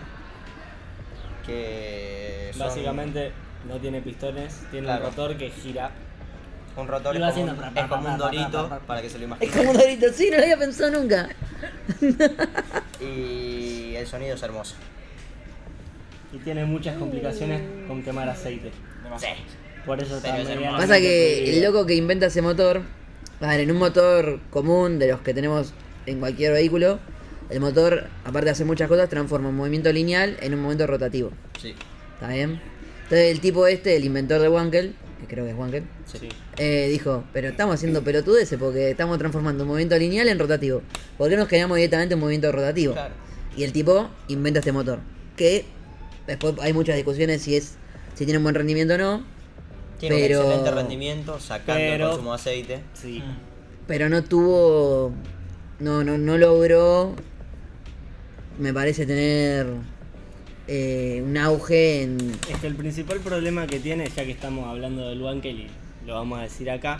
Que. son Básicamente no tiene pistones, tiene Claro. un rotor que gira. Un rotor Iba es como, haciendo un, pra, pra, es como pra, un pra, pra, dorito pra, pra. para que se lo Es imaginen. como un dorito, sí, no lo había pensado nunca. Y el sonido es hermoso. Y tiene muchas complicaciones con quemar aceite. demasiado. Por eso está Pero es medianamente Pasa que el prohibido. loco que inventa ese motor, a ver, en un motor común de los que tenemos en cualquier vehículo, El motor, aparte de hacer muchas cosas, transforma un movimiento lineal en un movimiento rotativo. Sí, ¿Está bien? Entonces el tipo este, el inventor de Wankel, que creo que es Wankel, Sí. eh, dijo, pero estamos haciendo pelotudeces porque estamos transformando un movimiento lineal en rotativo. ¿Por qué nos quedamos directamente en un movimiento rotativo? claro. Y el tipo inventa este motor. Que después hay muchas discusiones si es si tiene un buen rendimiento o no. Tiene Pero- un excelente rendimiento, sacando Pero- el consumo de aceite. Sí. Mm. Pero no tuvo. No, no, no logró. Me parece tener. eh, un auge en. Es que el principal problema que tiene, ya que estamos hablando del Wankel y lo vamos a decir acá,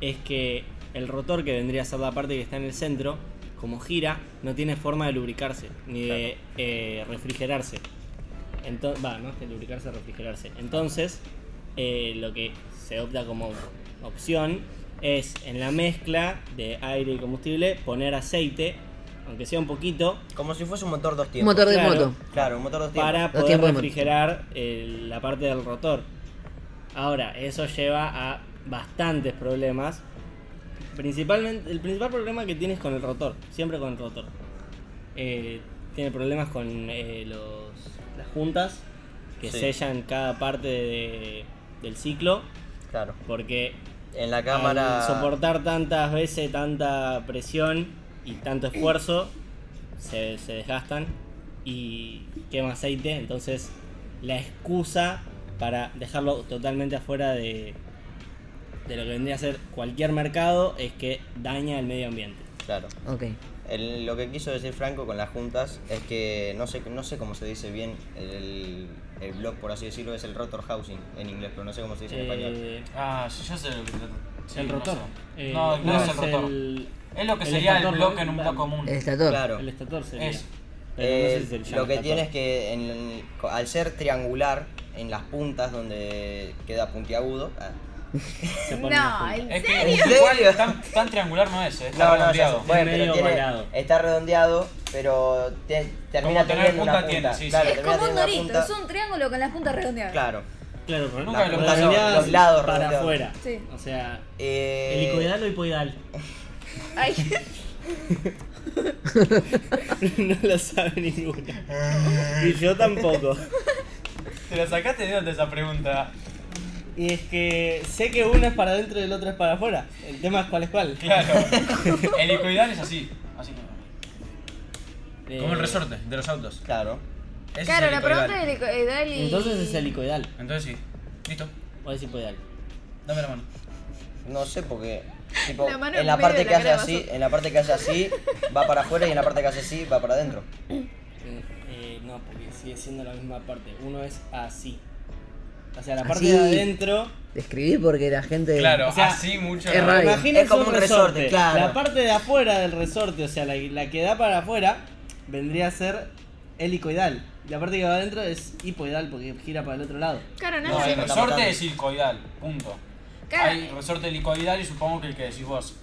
es que el rotor, que vendría a ser la parte que está en el centro, como gira, no tiene forma de lubricarse, ni de eh, refrigerarse. Entonces, va, no es que lubricarse, refrigerarse. Entonces, eh, lo que se opta como opción es en la mezcla de aire y combustible poner aceite, aunque sea un poquito, Como si fuese un motor dos Un tiempos. motor de Claro. moto. Claro, un motor dos tiempos. para Dos poder tiempos de refrigerar eh, la parte del rotor. Ahora, eso lleva a bastantes problemas. Principalmente, el principal problema que tienes con el rotor, siempre con el rotor. Eh, tiene problemas con eh, los, las juntas que Sí. sellan cada parte de- del ciclo, Claro. porque En la al cámara. soportar tantas veces tanta presión y tanto esfuerzo, se, se desgastan y quema aceite. Entonces, la excusa para dejarlo totalmente afuera de, de lo que vendría a ser cualquier mercado es que daña el medio ambiente. Claro. Ok. El- lo que quiso decir Franco con las juntas es que no sé, no sé cómo se dice bien el, el blog, por así decirlo, es el rotor housing en inglés, pero no sé cómo se dice en español. Eh, Ah, sí, yo sé lo que trata. Sí, el no rotor. sé. Eh, No, no, es el es rotor. el- Es lo que el sería el estator, bloque en un ¿no? bloque común. El estator. Claro. El estator sería. Eso. Pero Eh, no sé si se le llama lo que estator. tiene es que en- al ser triangular, en las puntas donde queda puntiagudo. ah, Se pone una No, junta. el- Es que serio? igual tan, tan triangular no es, eh, está no, no, ya redondeado. sé, bueno, Es medio pero tiene- ovalado. está redondeado, pero te- termina tener teniendo una punta. punta tiene, sí, sí. claro, es termina teniendo como un una dorito, punta- es un triángulo con las puntas redondeadas. Claro. Claro, pero Nunca lo redondeadas pasó, los lados para redondeados. afuera. Sí. O sea, Eh, helicoidal o hipoidal. Ay, no lo sabe ninguna. Y yo tampoco. Te la sacaste de dónde esa pregunta. Y es que sé que uno es para adentro y el otro es para afuera. El tema es cuál es cuál. Claro. El helicoidal es así. Así como. Eh, Como el resorte de los autos. Claro. Ese es claro, el la helicoidal. pregunta es de Dali. Entonces es helicoidal Entonces sí. Listo. o es hipoidal. Dame la mano. No sé porque tipo, La mano en en la medio parte de que la hace cara así, vaso. en la parte que hace así va para afuera y en la parte que hace así va para adentro. Eh, eh, no, porque sigue siendo la misma parte. Uno es así. O sea, la Así. parte de adentro. Describí porque la gente. Claro, o sea, así mucho. es no. raro. Imagínense Es como un resorte, claro. La parte de afuera del resorte, o sea, la, la que da para afuera, vendría a ser helicoidal. La parte que va adentro es hipoidal porque gira para el otro lado. Claro, no, No, sé. el me está resorte matando. es helicoidal. Punto. Claro. Hay resorte helicoidal y supongo que el que decís vos.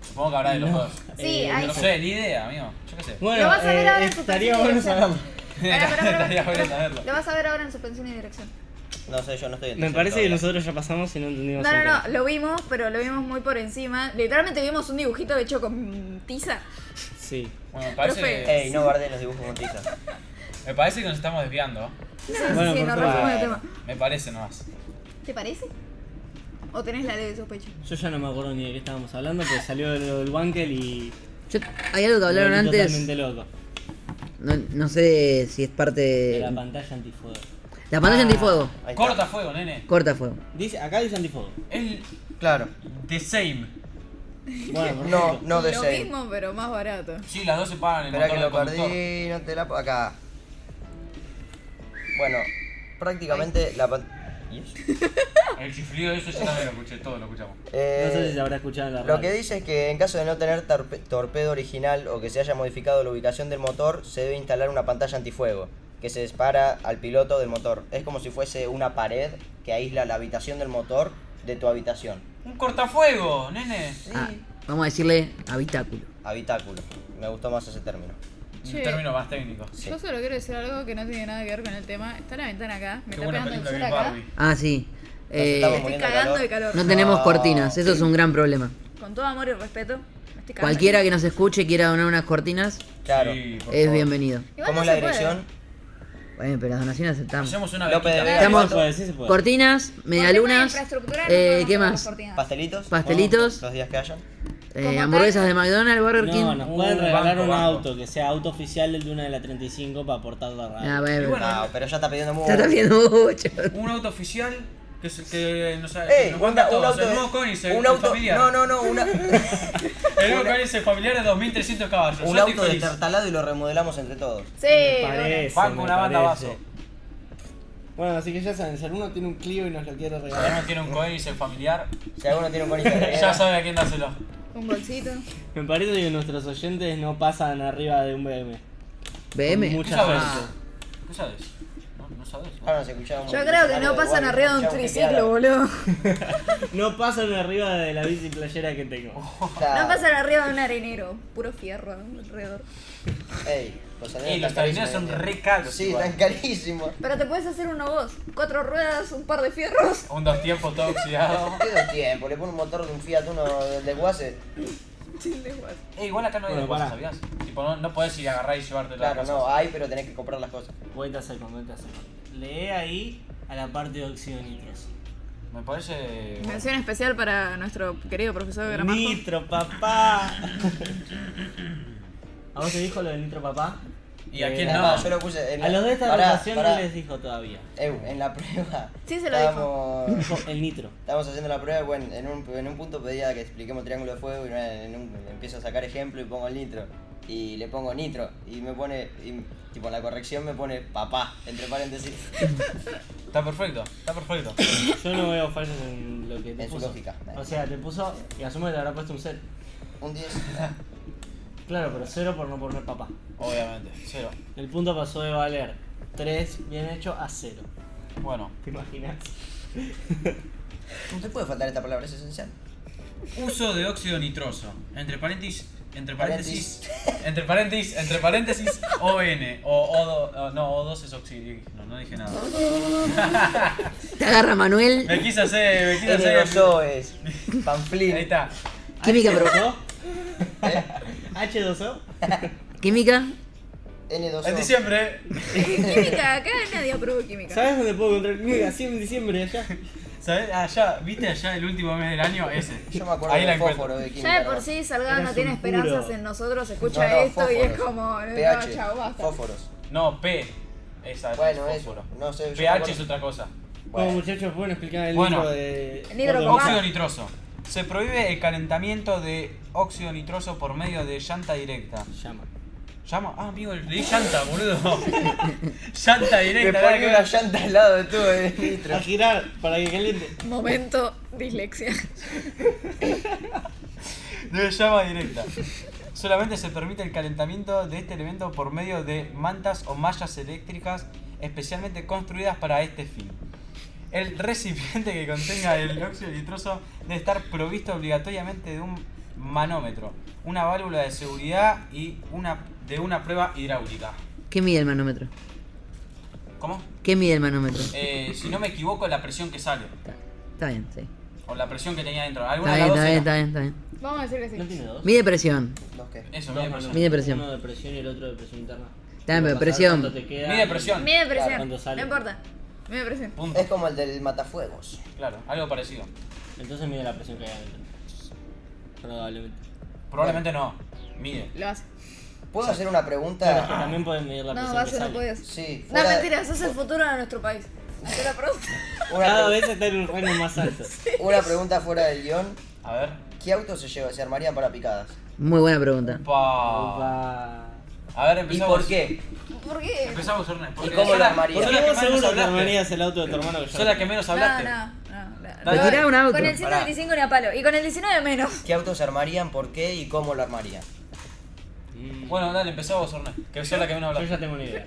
Supongo que habrá de los dos. Sí, Eh, hay- No sé, ni idea, amigo. Yo qué sé. Bueno, Lo vas a ver eh, ahora en tu estaría perfil bueno de saberlo. Pará, pará, pará, Estaría bueno pará. saberlo. Lo vas a ver ahora en suspensión y dirección. No sé, yo no estoy Me entendiendo parece que todavía. nosotros ya pasamos y no entendimos. No, no, el no, tema. lo vimos, pero lo vimos muy por encima. Literalmente vimos un dibujito hecho con tiza. Sí. Bueno, me parece, Profe. que, Ey, no guardé los dibujos con tiza. me parece que nos estamos desviando. Sí, Bueno, sí, sí, nos perfecto. refuimos del tema. Me parece nomás. ¿Te parece? ¿O tenés la de sospecho? Yo ya no me acuerdo ni de qué estábamos hablando, porque salió lo del Wankel y. Yo- hay algo que hablaron me volví antes. Totalmente loco. No, no sé si es parte. De la de- pantalla antifuego. La pantalla antifuego. Ahí está. Corta fuego, nene. Corta fuego. Dice, acá dice antifuego. Es Claro. the same. Bueno, No, perfecto. no de lo seis. mismo, pero más barato. Sí, las dos se paran en el Espera que motor lo del conductor. perdí, no te la puedo- acá. Bueno, prácticamente la pan- ¿Y eso? El chiflido de eso ya también lo escuché, todos lo escuchamos. Eh, No sé si se habrá escuchado en la Lo radio. que dice es que en caso de no tener torpe- torpedo original o que se haya modificado la ubicación del motor, se debe instalar una pantalla antifuego que se dispara al piloto del motor. Es como si fuese una pared que aísla la habitación del motor de tu habitación. Un cortafuego, nene. Ah, vamos a decirle habitáculo. Habitáculo. Me gustó más ese término. Un Che. término más técnico. Sí. Yo solo quiero decir algo que no tiene nada que ver con el tema. Está la ventana acá, me Qué está buena pegando el película sol que es acá. Barbie. Ah, sí. Eh, estamos Estoy Poniendo cagando calor. de calor. no tenemos No. cortinas. Eso es un gran problema. Con todo amor y respeto. me estoy cagando. Cualquiera que nos escuche y quiera donar unas cortinas, Claro. Sí, por es favor. bienvenido. Igual ¿Cómo no es la se puede. dirección? Bueno, pero las donaciones aceptamos. Hacemos una López de vaquita. Vega. Estamos- se puede, sí se puede. Cortinas, Por tema de medialunas, infraestructura no eh, podemos ¿qué hacer más? cortinas. ¿Pastelitos? Pastelitos. ¿no? Los días que hayan. Eh, Como hamburguesas tal- de McDonald's, Burger King. No, nos pueden Uh, regalar banco, un banco. auto que sea auto oficial del Luna de la 35 para aportar la radio. Ah, bueno, Y bueno, Ah, pero ya está pidiendo mucho. ya está viendo mucho. un auto oficial que, es el que nos, ha- que ¡Ey! Eh, nos Eh, Un, manda a un todos. auto. el de- nuevo Koenigsegg, un el auto. familiar. No, no, no. Una, El nuevo Koenigsegg familiar de 2300 caballos. un Yo estoy auto feliz. destartalado y lo remodelamos entre todos. Sí, Me bueno. parece, Banco, me una banda parece. vaso. Bueno, así que ya saben, si alguno tiene un Clio y nos lo quiere Si alguno regalar, tiene un Koenigsegg familiar, Si alguno tiene un bonito de ya guerra, sabe a quién dárselo. Un bolsito. me parece que nuestros oyentes no pasan arriba de un BM. BM. Mucho. Muchas ¿Qué sabes? gracias. ¿Qué sabes? No, no sabes. Ahora nos escuchamos. Yo creo que no pasan arriba de un triciclo, boludo. No pasan arriba de la bici playera que tengo. No pasan arriba de un arenero. Puro fierro alrededor. Ey, los Y los tarineros tarineros son re caros. Sí, igual. están carísimos. Pero te puedes hacer uno vos. Cuatro ruedas, un par de fierros. Un dos tiempos todo oxidado. ¿Qué dos tiempo? Le pone un motor de un Fiat uno del desguace. Eh, igual acá no hay Bueno, cosas, pará. ¿sabías? Tipo, no, no podés ir a agarrar y llevarte la Claro, no, ah. hay, pero tenés que comprar las cosas. Vuelta a seco, vuelta a seco. Lee ahí a la parte de óxido nitroso. Me parece. Mención especial para nuestro querido profesor Gramajo. Nitro, papá. ¿A vos te dijo lo de Nitro, papá? ¿Y a Eh, quién Nada no? más, yo lo puse en la- A los de esta Pará, relación pará. no les dijo todavía. Eu, en la prueba. Sí, se lo dijo. estábamos- Dijo el Nitro. Estábamos haciendo la prueba y bueno, en un, en un punto pedía que expliquemos triángulo de fuego y bueno, en un- empiezo a sacar ejemplo y pongo el nitro. Y le pongo nitro y me pone, y, tipo en la corrección me pone papá, entre paréntesis, Está perfecto, está perfecto. Yo no veo fallos en lo que te En su puso. lógica. O sea, te puso y asumo que te habrá puesto un cero. un ah, 10. Claro, pero cero por no poner papá. Obviamente, cero. El punto pasó de valer 3 bien hecho a 0. Bueno, ¿Te imaginas? No te puede faltar esta palabra, es esencial. uso de óxido nitroso. Entre paréntesis. Entre paréntesis. Entre paréntesis. Entre paréntesis. ON. O O2. o- no, O2 es oxígeno. No dije nada. Te agarra Manuel. Me quise hacer. Me quise N2 hacer. so es panflín. Ahí está. Química, pero. ¿H2O? ¿Eh? ¿H2O? Química. N2O. En diciembre. química, acá nadie aprobó química. ¿Sabes dónde puedo encontrar química? Sí, en diciembre allá. ¿Sabes? Allá, ¿viste allá el último mes del año? Ese. Yo me acuerdo Ahí la del encuentro. fósforo de química. Ya de por ¿no? sí Salgado Eras no tiene un esperanzas puro. en nosotros, No, escucha no, esto y es fósforos. como, pH, no, chao, basta. Fósforos. No, P. Esa Bueno, es eso. fósforo. No sé. yo me pH acuerdo- es otra cosa. Bueno, Bueno, muchachos, pueden explicar el Bueno. libro de. El libro Gordo con Boca? Óxido nitroso. Se prohíbe el calentamiento de óxido nitroso por medio de llanta directa. Llama. Llama. Ah, amigo, leí llanta, boludo. llanta le directa. nada que pone una ver. llanta al lado de tu de nitro. A girar para que caliente. Momento dislexia. De llama directa. Solamente se permite el calentamiento de este elemento por medio de mantas o mallas eléctricas especialmente construidas para este fin. El recipiente que contenga el óxido nitroso debe estar provisto obligatoriamente de un manómetro, una válvula de seguridad y una de una prueba hidráulica. ¿Qué mide el manómetro? ¿Cómo? ¿Qué mide el manómetro? Eh, si no me equivoco, la presión que sale. Está, está bien, sí. O la presión que tenía dentro. Alguna de Está bien, las está bien, dos está bien, está bien. Vamos a decir que ¿No sí. tiene dos? Mide presión. ¿Los qué? era. Eso, Dos mide manos. presión. Mide presión. Uno de presión y el otro de presión interna. Está bien, pero Pasar presión. cuánto te queda. Mide presión. Mide presión, Cuando sale. no importa. Mide presión. Punto. Es como el del matafuegos. Claro, algo parecido. Entonces mide la presión que hay adentro. Probablemente. Probablemente no. Mide. Lo hace. ¿Puedo hacer una Pero Ah. es que pregunta? también pueden medir la No, presión. que vas no sale. puedes. Sí, No, fuera de- mentira, sos el futuro de nuestro país. Hacé la pregunta. Una, Cada pregu- vez está en un rango más alto. una pregunta fuera del guión. A ver. ¿Qué auto se lleva? Se armarían para picadas. Muy buena pregunta. Pa. Opa. A ver, ¿Y empezamos. por qué? ¿Por qué? Empezamos, Ernest. porque cómo sos lo la- armarías? sos ¿Por la qué que vos más nos seguro te hablaste. armarías el auto de tu hermano que yo? Sos la que menos No, hablaste. no, no. no. Dale, tirá un auto. Con el 125 ni a palo. Y con el 19 menos. ¿Qué auto se armarían? ¿Por qué? ¿Y cómo lo armarían? Mm, Bueno, dale, empezá vos, Ernest. Que sos la que menos Yo hablaste. ya tengo una idea.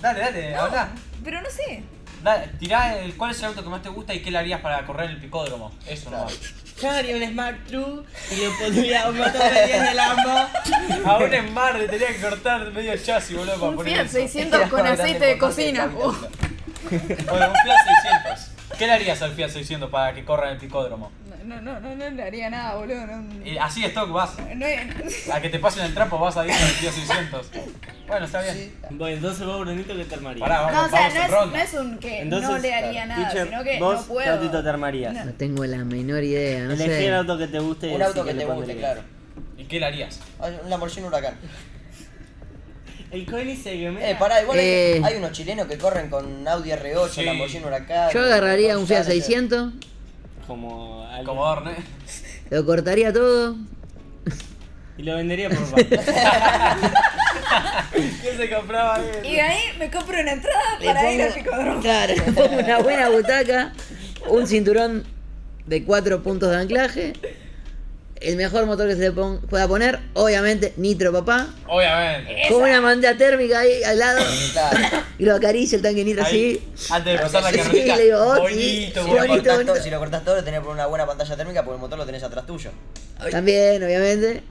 Dale, dale, habla. Pero no sé. Dale, tirá el, cuál es el auto que más te gusta y qué le harías para correr el picódromo. Eso nomás. Yo haría un Smart True y lo pondría un motor de 10 de Lambo. A un embarre tenía que cortar medio chasis, boludo, para Un poner Fiat eso. 600 con Grande aceite de por parte cocina. del Uh. capitán. Bueno, un Fiat 600. ¿Qué le harías al Fiat 600 para que corra en el picódromo? No, no, no, no, no le haría nada, boludo. No, Y así stock vas. no es- A que te pasen el trapo vas a ir al tío 600. Bueno, está bien. Bueno, entonces vos, Brunito, ¿qué te armarías? Pará, vamos, No, o sea, vamos no en es, ronda. no es un que Entonces, no le haría claro, nada, teacher, sino que vos, no puedo. Tatito, te armarías. No tengo la menor idea, no Elegí el sé. auto que te guste. y Un decí auto que le te guste, pondrías. claro. ¿Y qué le harías? Ay, Un Lamborghini Huracán. El Coeli se Eh, pará, igual hay- Eh. hay unos chilenos que corren con Audi R8, Sí. Lamborghini Huracán. Yo agarraría un Fiat González. 600, Como alguien- Como Orne. lo cortaría todo. Y lo vendería por parte. ¿Qué se compraba? Y de ahí me compro una entrada Le para ir pongo- al picodromo. Claro, le pongo una buena butaca, un cinturón de cuatro puntos de anclaje, el mejor motor que se le pon- pueda poner, obviamente nitro papá, Eh, Obviamente. con una manta térmica ahí al lado, Claro. y lo acaricia el tanque nitro Ahí, así. Antes de pasar la Sí, carretita. le digo, oh, sí, bonito, sí, Si lo, bonito. bonito. cortás todo, si lo cortás todo, lo tenés por una buena pantalla térmica porque el motor lo tenés atrás tuyo. También, obviamente.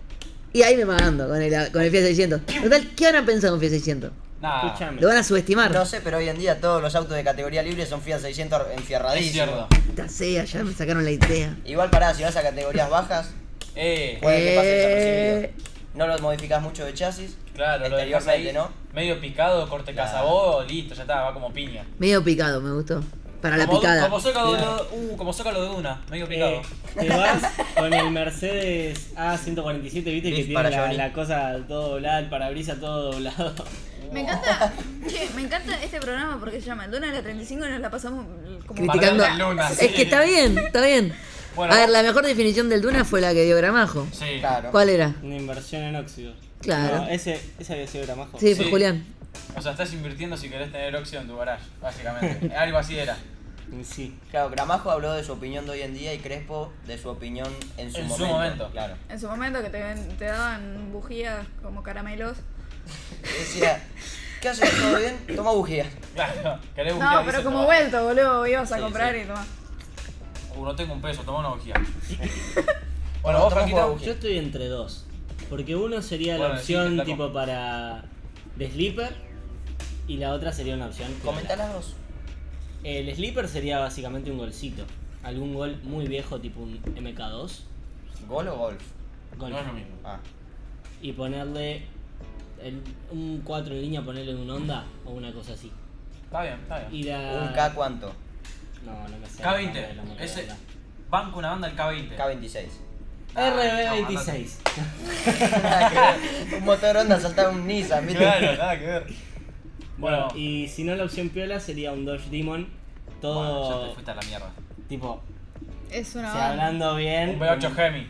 Y ahí me mando con el, con el Fiat 600. Total, ¿qué habrán pensado en un Fiat 600? Nah, Escúchame. Lo van a subestimar. No sé, pero hoy en día todos los autos de categoría libre son Fiat 600 es cierto. enfierradísimos. Puta sea, ya me sacaron la idea. Igual pará, si vas a categorías bajas, Eh, puede que pase Eh. desapercibido. No lo modificás mucho de chasis. claro, lo dejas ahí Exteriormente, ¿no? medio picado, corte cazabodo, listo, ya está, va como piña. Medio picado, me gustó. Para la como, picada. Como zócalo, de, uh, como zócalo de una, medio picado. Eh, te vas con el Mercedes A147, viste que Lift tiene para la, Johnny. la cosa todo doblada, el parabrisas todo doblado. Me encanta, che, me encanta este programa porque se llama El Dona de la 35 y nos la pasamos como Criticando. Para la luna, sí. Es que está bien, está bien. Bueno, a ver, vos- la mejor definición del Duna fue la que dio Gramajo. Sí. Claro. ¿Cuál era? Una inversión en óxido. Claro. No, ese, ese había sido Gramajo. Sí, fue Sí. Eh, Julián. O sea, estás invirtiendo si querés tener óxido en tu garage, básicamente. Algo así era. Sí. Claro, Gramajo habló de su opinión de hoy en día y Crespo de su opinión en su En su momento. momento. Claro. En su momento que te, ven- te daban bujías como caramelos. Y Decía, ¿qué haces? ¿Todo bien? Toma bujía. Claro, querés No, bujear, pero dice, como no. vuelto, boludo, ibas a Sí, comprar sí. y tomás. Uh, no tengo un peso, toma una bujía. bueno, Toma- vos, toma Paquito. jugo. Yo estoy entre dos. Porque uno sería la Bueno, sí, opción está con- tipo para de sleeper y la otra sería una opción. piola. Comentá las dos. El sleeper sería básicamente un golcito. Algún gol muy viejo tipo un MK2. ¿Gol o golf? Gol. No es lo mismo. Ah. Y ponerle el- un 4 en línea, ponerle un Honda o una cosa así. Está bien, está bien. Y la... ¿Un K cuánto? No, no me sé. la K20. marca, Ese. la Banco una banda el K20. K26. marca. Ah, RB26. Nada que ver. un motor Honda saltaba un Nissan, ¿viste? Claro, nada que ver. Bueno, Bueno. y si no la opción piola sería un Dodge Demon. Bueno, ya Todo te fuiste a la mierda. tipo, Es una o sea, banda. hablando bien. Un V8 Hemi.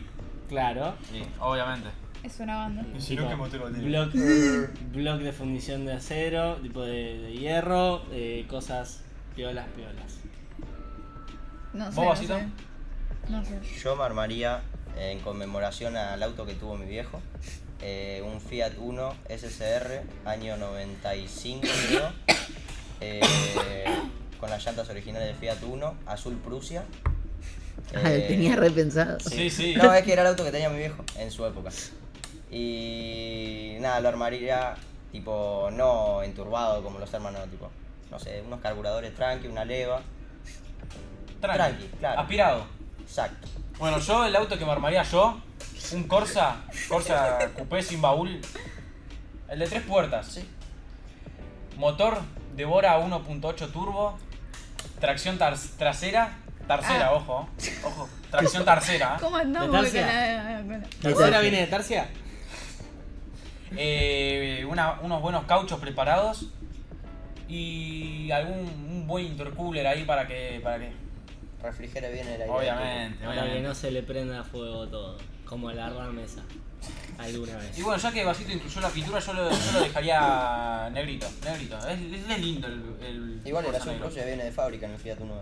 Claro. Sí, obviamente. Es una banda. Si no, Tipo, ¿qué motivo tiene? block, block de fundición de acero, tipo de, de hierro, eh, cosas piolas, piolas. No sé. ¿Vos, no Vasito? sé. No sé. Yo me armaría eh, en conmemoración al auto que tuvo mi viejo. eh, un Fiat 1 SSR, año 95 creo. eh, con las llantas originales de Fiat 1, azul Prusia. Ah, eh, tenía repensado. Sí, sí. No, es que era el auto que tenía mi viejo en su época. Y nada, lo armaría tipo no enturbado como los hermanos, tipo, no sé, unos carburadores tranqui, una leva. Tranqui, claro. Aspirado. Exacto. Bueno, yo el auto que me armaría yo, un Corsa, Corsa coupé sin baúl. El de tres puertas. Motor Devora 1.8 turbo. Tracción tar- trasera. Tarcera, Ah. ojo. Ojo. Tracción tarcera. ¿Cómo andamos ¿De con Tarsia? la- con la- ¿Tercera viene de Tarsia? Eh, una- unos buenos cauchos preparados. Y algún un buen intercooler ahí para que. para que. Refrigere bien el aire. Obviamente, Para que obviamente. no se le prenda fuego todo, como la ramesa. Alguna vez. Y bueno, ya que Basito incluyó la pintura, yo lo, yo lo dejaría negrito, negrito. Es, es lindo el, el Igual el Corsa azul negro. Prusia viene de fábrica en el Fiat Uno.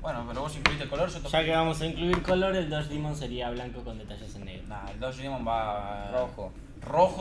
Bueno, pero vos incluiste el color, yo Ya que toqué. vamos a incluir color, el Dodge Demon sería blanco con detalles en negro. Nah, el Dodge Demon va. Rojo. Rojo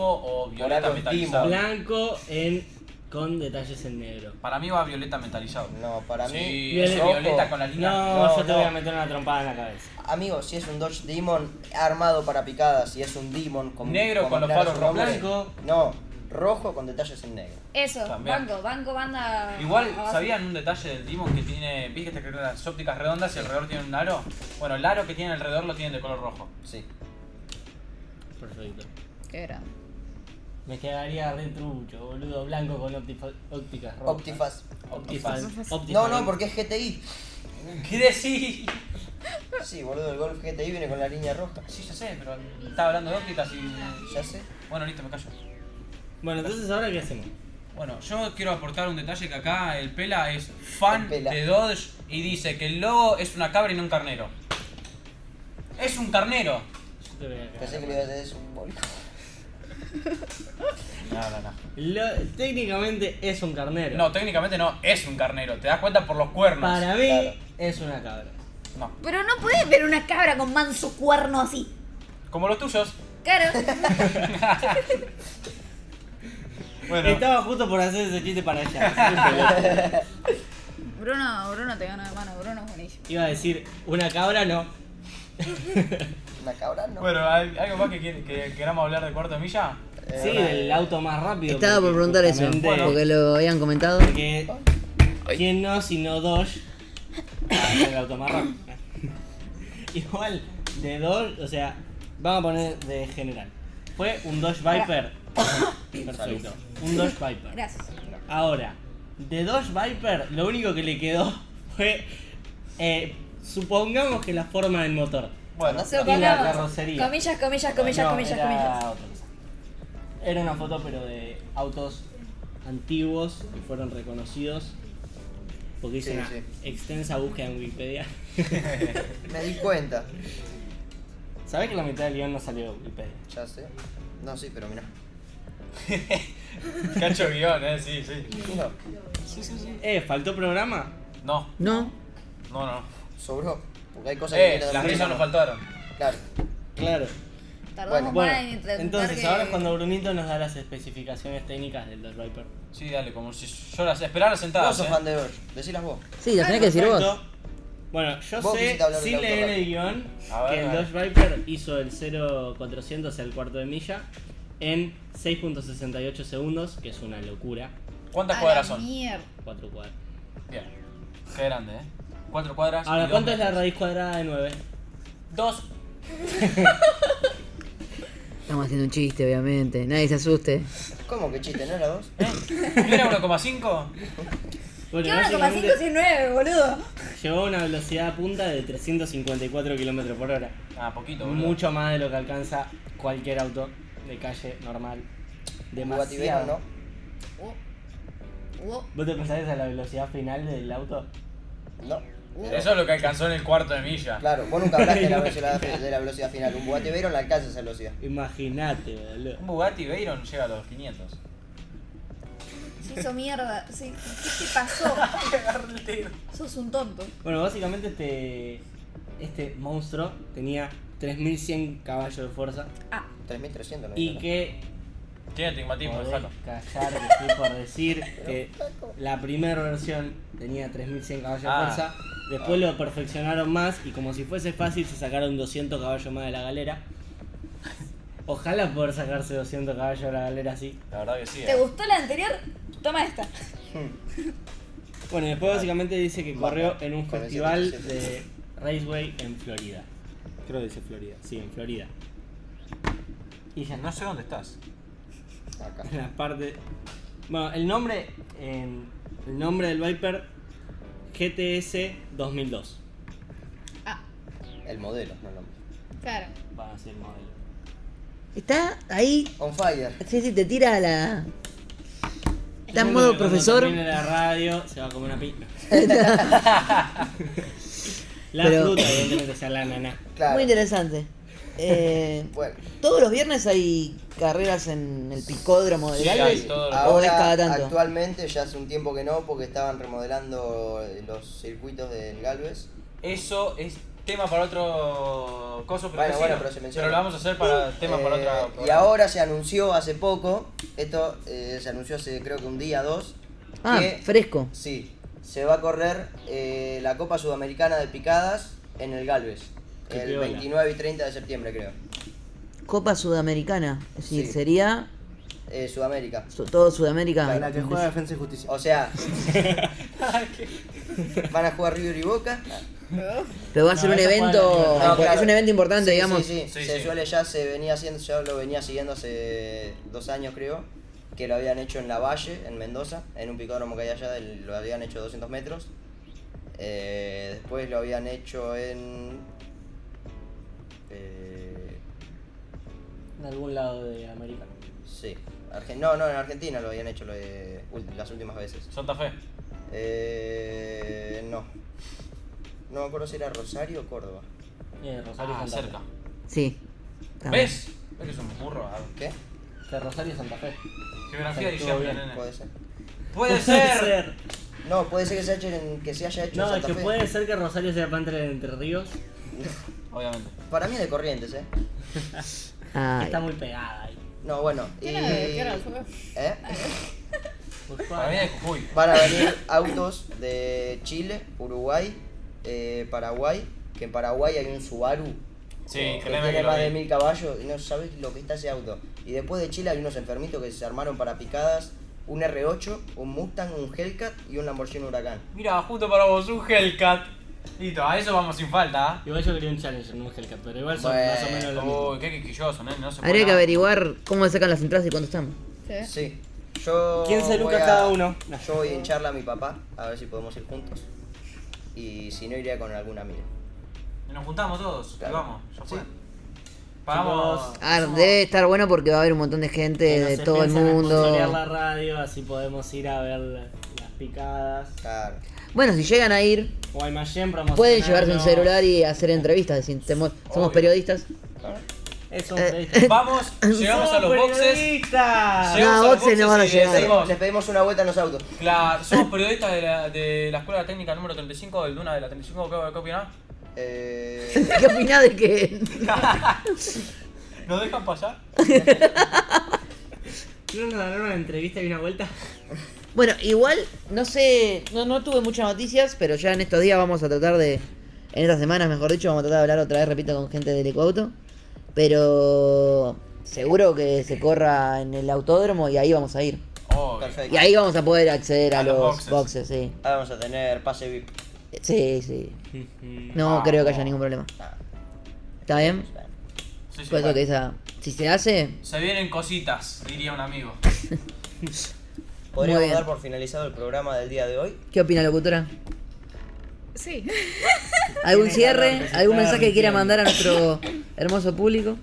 o violeta algo es metalizado. Demon. Blanco en, con detalles en negro. Para mí va violeta metalizado. No, para mí. sí, ese Violeta. violeta con la línea. No, No, yo te no. voy a meter una trompada en la cabeza. Amigo, si es un Dodge Demon armado para picadas, si es un Demon con Negro como con los aclara faros su nombre. rojos. No, rojo con detalles en negro. Eso, También. banco, banco, banda. Igual, abajo. ¿sabían un detalle del Demon que tiene. ¿Viste que tiene las ópticas redondas y alrededor tiene un aro? Bueno, el aro que tiene alrededor lo tienen de color rojo. Sí. Perfecto. Qué grande. Me quedaría re trucho, boludo, blanco con óptifa- ópticas rojas. Optifaz. ¿eh? Optifaz. No, no, porque es GTI. ¿Qué decís? Sí, boludo, el Golf GTI viene con la línea roja. Sí, ya sé, pero estaba hablando de ópticas y. Ya sé. Bueno, listo, me callo. Bueno, entonces ahora qué hacemos. Bueno, yo quiero aportar un detalle que acá el Pela es fan El Pela. de Dodge y dice que el lobo es una cabra y no un carnero. Es un carnero. Yo te voy a cagar. Pensé que le ibas a hacer un volcán. No, no, no. Lo- técnicamente es un carnero. No, técnicamente no, es un carnero. Te das cuenta por los cuernos. Para mí Claro. es una cabra. No. Pero no puedes ver una cabra con manso cuerno así. Como los tuyos. Claro. Bueno. Estaba justo por hacer ese chiste para allá. Bruno, Bruno te gana de mano, Bruno es buenísimo. Iba a decir, una cabra no. Eh, Una cabra, ¿no? Bueno, ¿hay algo más que, quiere- que queramos hablar de cuarto de milla? Eh, Sí, del auto más rápido. Estaba por porque preguntar eso, justamente- porque lo habían comentado. Porque ¿Quién no sino Dosh? Ah, el automarrón. Igual, de Dosh, o sea, vamos a poner de general. Fue un Dodge Viper. Perfecto. Un Dodge Viper. Gracias. Ahora, de Dodge Viper, lo único que le quedó fue. eh, supongamos que la forma del motor. Bueno, Se Y la carrocería. Comillas, comillas, comillas, No, comillas, era comillas. otra cosa. Era una foto, pero de autos antiguos que fueron reconocidos. Porque hice Sí, una sí. extensa búsqueda en Wikipedia. Me di cuenta. ¿Sabés que la mitad del guión no salió de Wikipedia? Ya sé. No, sí, pero mirá. cacho guión, eh, sí, sí. No, Eh, ¿faltó programa? No, No, no, no. sobró. Porque hay cosas que Eh, vienen de las la risas nos mano. faltaron. Claro. Claro. Tardamos Bueno, más en intentar entonces que- ahora es cuando Brunito nos da las especificaciones técnicas del Dodge Viper. Sí, dale, como si yo las esperara Vos sentadas. sos eh. fan de Dodge. Decilas vos. sí, lo tenés que decir vos. Perfecto. Bueno, yo Vos sé, quisiste hablar sin del auto leer el rápido. guión, A ver, que el dale. Dodge Viper hizo el 0400 al cuarto de milla en 6.68 segundos, que es una locura. ¿Cuántas A la cuadras son? mierda. 4 cuadras. Bien. Qué grande, eh. Cuatro cuadras. y Ahora, dos ¿cuánto es la metros. raíz cuadrada de 9? Dos. Estamos haciendo un chiste, obviamente. Nadie se asuste. ¿Cómo que chiste? ¿No era dos? ¿No era 1,5? Bueno, ¿Qué onda con las básicamente 5 y 9, boludo? llegó a una velocidad punta de 354 km por hora. Ah, poquito, boludo. Mucho más de lo que alcanza cualquier auto de calle normal. Bugatti Veyron, Demasiado. ¿no? Uh, uh, ¿Vos te pensás a la velocidad final del auto? No. Pero- Eso es lo que alcanzó en el cuarto de milla. Claro, vos nunca hablaste de la velocidad, de la velocidad final. Un Bugatti Veyron la alcanza esa velocidad. Imagínate, boludo. Un Bugatti Veyron llega a los 500. Se hizo mierda. Sí. ¿Qué te pasó? Sos un tonto. Bueno, básicamente este, este monstruo tenía 3100 caballos de fuerza Ah, 3300, ¿no? y que... Tiene tigmatismo el podés saco. callar, que estoy por decir que la primera versión tenía 3100 caballos de Ah. fuerza, después lo perfeccionaron más y como si fuese fácil se sacaron 200 caballos más de la galera. Ojalá poder sacarse 200 caballos de la galera así. La verdad que sí. ¿Te Eh. gustó la anterior? Toma esta. Bueno, y después básicamente dice que corrió en un Con el festival 77. de Raceway en Florida. Creo que dice Florida. Sí, en Florida. Y ya No sé dónde estás. Acá. en la parte. Bueno, el nombre. em, el nombre del Viper GTS 2002. Ah, El modelo, no el nombre. claro. Va a ser el modelo. Está ahí. On fire. Sí, sí, te tira a la. Está en Yo creo modo que cuando profesor. termine la radio, se va a comer una piña. la Pero- fruta, evidentemente, o sea, la naná. Claro. Muy interesante. Eh, Bueno, todos los viernes hay carreras en el picódromo de Sí, Galvez. hay todos los- o es ahora cada tanto. actualmente ya hace un tiempo que no porque estaban remodelando los circuitos del Galvez. Eso es tema para otro coso. Pero, Bueno, sí, bueno, no. pero se menciona. lo vamos a hacer para tema para Eh, otra. Y ahora se anunció hace poco, esto eh, se anunció hace creo que un día, dos, Ah, que fresco. sí, se va a correr eh, la Copa Sudamericana de Picadas en el Galvez. Qué El piola. 29 y 30 de septiembre creo. Copa Sudamericana. Es decir, Sí. sería eh, Sudamérica. Su- Todo Sudamérica. La que juega Defensa y Justicia. O sea, van a jugar River y Boca. Pero va a ser No, un esa evento. juega la No, claro. Es un evento importante, Sí, digamos. Sí, sí. Sí, se sí. suele ya, se venía haciendo, yo lo venía siguiendo hace dos años creo, que lo habían hecho en La Valle, en Mendoza, en un picódromo que hay allá, del- lo habían hecho 200 metros. Eh, después lo habían hecho en... eh, En algún lado de América. sí. Argen- no, no, en Argentina lo habían hecho lo de- ul- las últimas veces. Santa Fe. Eh, no. No me acuerdo si era Rosario o Córdoba. Eh, Rosario Ah, Santa cerca. Sí. Está bien. ¿Ves? Eres un burro. ah. ¿Qué? Fe. De Rosario Santa Fe. Geografía de Estuvo Guillermo, bien, nene. Puede ser. Puede ser. No, puede ser que se, haya hecho en- que se haya hecho en No, es Santa que Fe. puede ser que Rosario sea planta de Entre Ríos. Obviamente. Para mí es de Corrientes, ¿eh? Ay. Está muy pegada ahí. No, bueno. ¿Qué y- era- qué era el juego? ¿Eh? Para mí es de Jujuy. Van a venir autos de Chile, Uruguay, eh, Paraguay. Que en Paraguay hay un Subaru. Sí, Eh, que créeme tiene que lo más de vi. mil caballos y no sabes lo que está ese auto. Y después de Chile hay unos enfermitos que se armaron para picadas. Un R8, un Mustang, un Hellcat y un Lamborghini Huracán. Mira, junto para vos, un Hellcat. Listo, a eso vamos sin falta. Igual yo quería un Challenger, no un Hellcat, pero igual son Bueno, más o menos ¿ah? lo mismo. Uy, qué quisquilloso, ¿no? No se puede Habría que nada. averiguar cómo sacan las entradas y cuánto están. ¿Eh? Sí. Sí. Yo 15 voy lucas a- cada uno. Yo voy en charla a mi papá, a ver si podemos ir juntos. Y si no, iría con alguna amiga. Y Nos juntamos todos Claro. y vamos. Ya fue. Sí. Pagamos. Chicos, Ah, somos- debe estar bueno porque va a haber un montón de gente Que de nos todo el empiecen a sponsorear la mundo. radio, así podemos ir a ver la- las picadas. Claro. Bueno, si llegan a ir, Guaymallén promocionando. pueden llevarse un celular y hacer entrevistas. es decir, temo- somos Obvio. periodistas. Es un Eh, Vamos, llegamos a los boxes. boxes. Llegamos Ah, No, a los boxes no van a y llegar. decimos, Les pedimos una vuelta en los autos. Claro, somos periodistas de la, de la Escuela Técnica número 35, del Duna de la 35, ¿qué, qué opinás? Eh, ¿Qué opinás de que.? ¿Nos dejan pasar? ¿No nos darán una entrevista y una vuelta? Bueno, igual, no sé, no, no tuve muchas noticias, pero ya en estos días vamos a tratar de. En estas semanas, mejor dicho, vamos a tratar de hablar otra vez, repito, con gente del Ecoauto. Pero. Seguro que se corra en el autódromo y ahí vamos a ir. Obvio. perfecto. Y ahí vamos a poder acceder a, A los los boxes. boxes, sí. Ahora vamos a tener pase VIP. Sí, sí. No Mm, Ah, creo que haya no. ningún problema. Ah, ¿Está bien? bueno. Sí, sí, Por eso vale. que esa. Si se hace, Se vienen cositas, diría un amigo. Podríamos bien. dar por finalizado el programa del día de hoy. ¿qué opina locutora? Sí. ¿Algún Tiene cierre? calor, que se ¿Algún está mensaje que quiera derritiendo. mandar a nuestro hermoso público?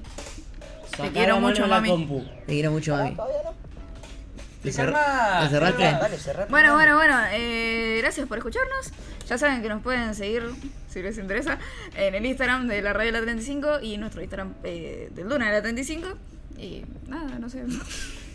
Sacá quiero la mano mucho, de la mami. compu. Te quiero mucho, Ah, mami. todavía no. ¿Te Te cerra- calmás, ¿Te cerraste? calmás. Dale, cerrá. Bueno, bueno, bueno, eh, gracias por escucharnos. Ya saben que nos pueden seguir, si les interesa, en el Instagram de la radio de la 35 y nuestro Instagram eh, del Luna de la 35. Y nada, no sé.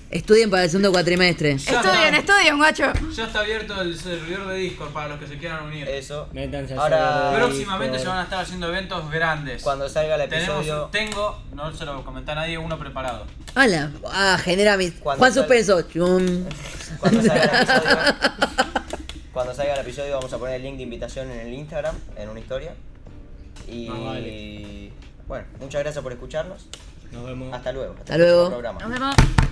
Estudien para el segundo cuatrimestre. estudien, estudien, guacho. Ya está abierto el servidor de Discord para los que se quieran unir. Eso. Métanse a Ahora, hacer- Próximamente se van a estar haciendo eventos grandes. cuando salga el Tenemos, episodio. tengo, no se lo comenté a nadie, uno preparado. Hola. Ah, genera mis. Cuando Juan sal- Suspenso. Chum. Cuando salga el episodio. cuando salga el episodio, vamos a poner el link de invitación en el Instagram, en una historia. Y. Más Bueno, muchas gracias por escucharnos. Nos vemos. Mm. Hasta luego. Hasta, luego. el próximo programa. Nos vemos.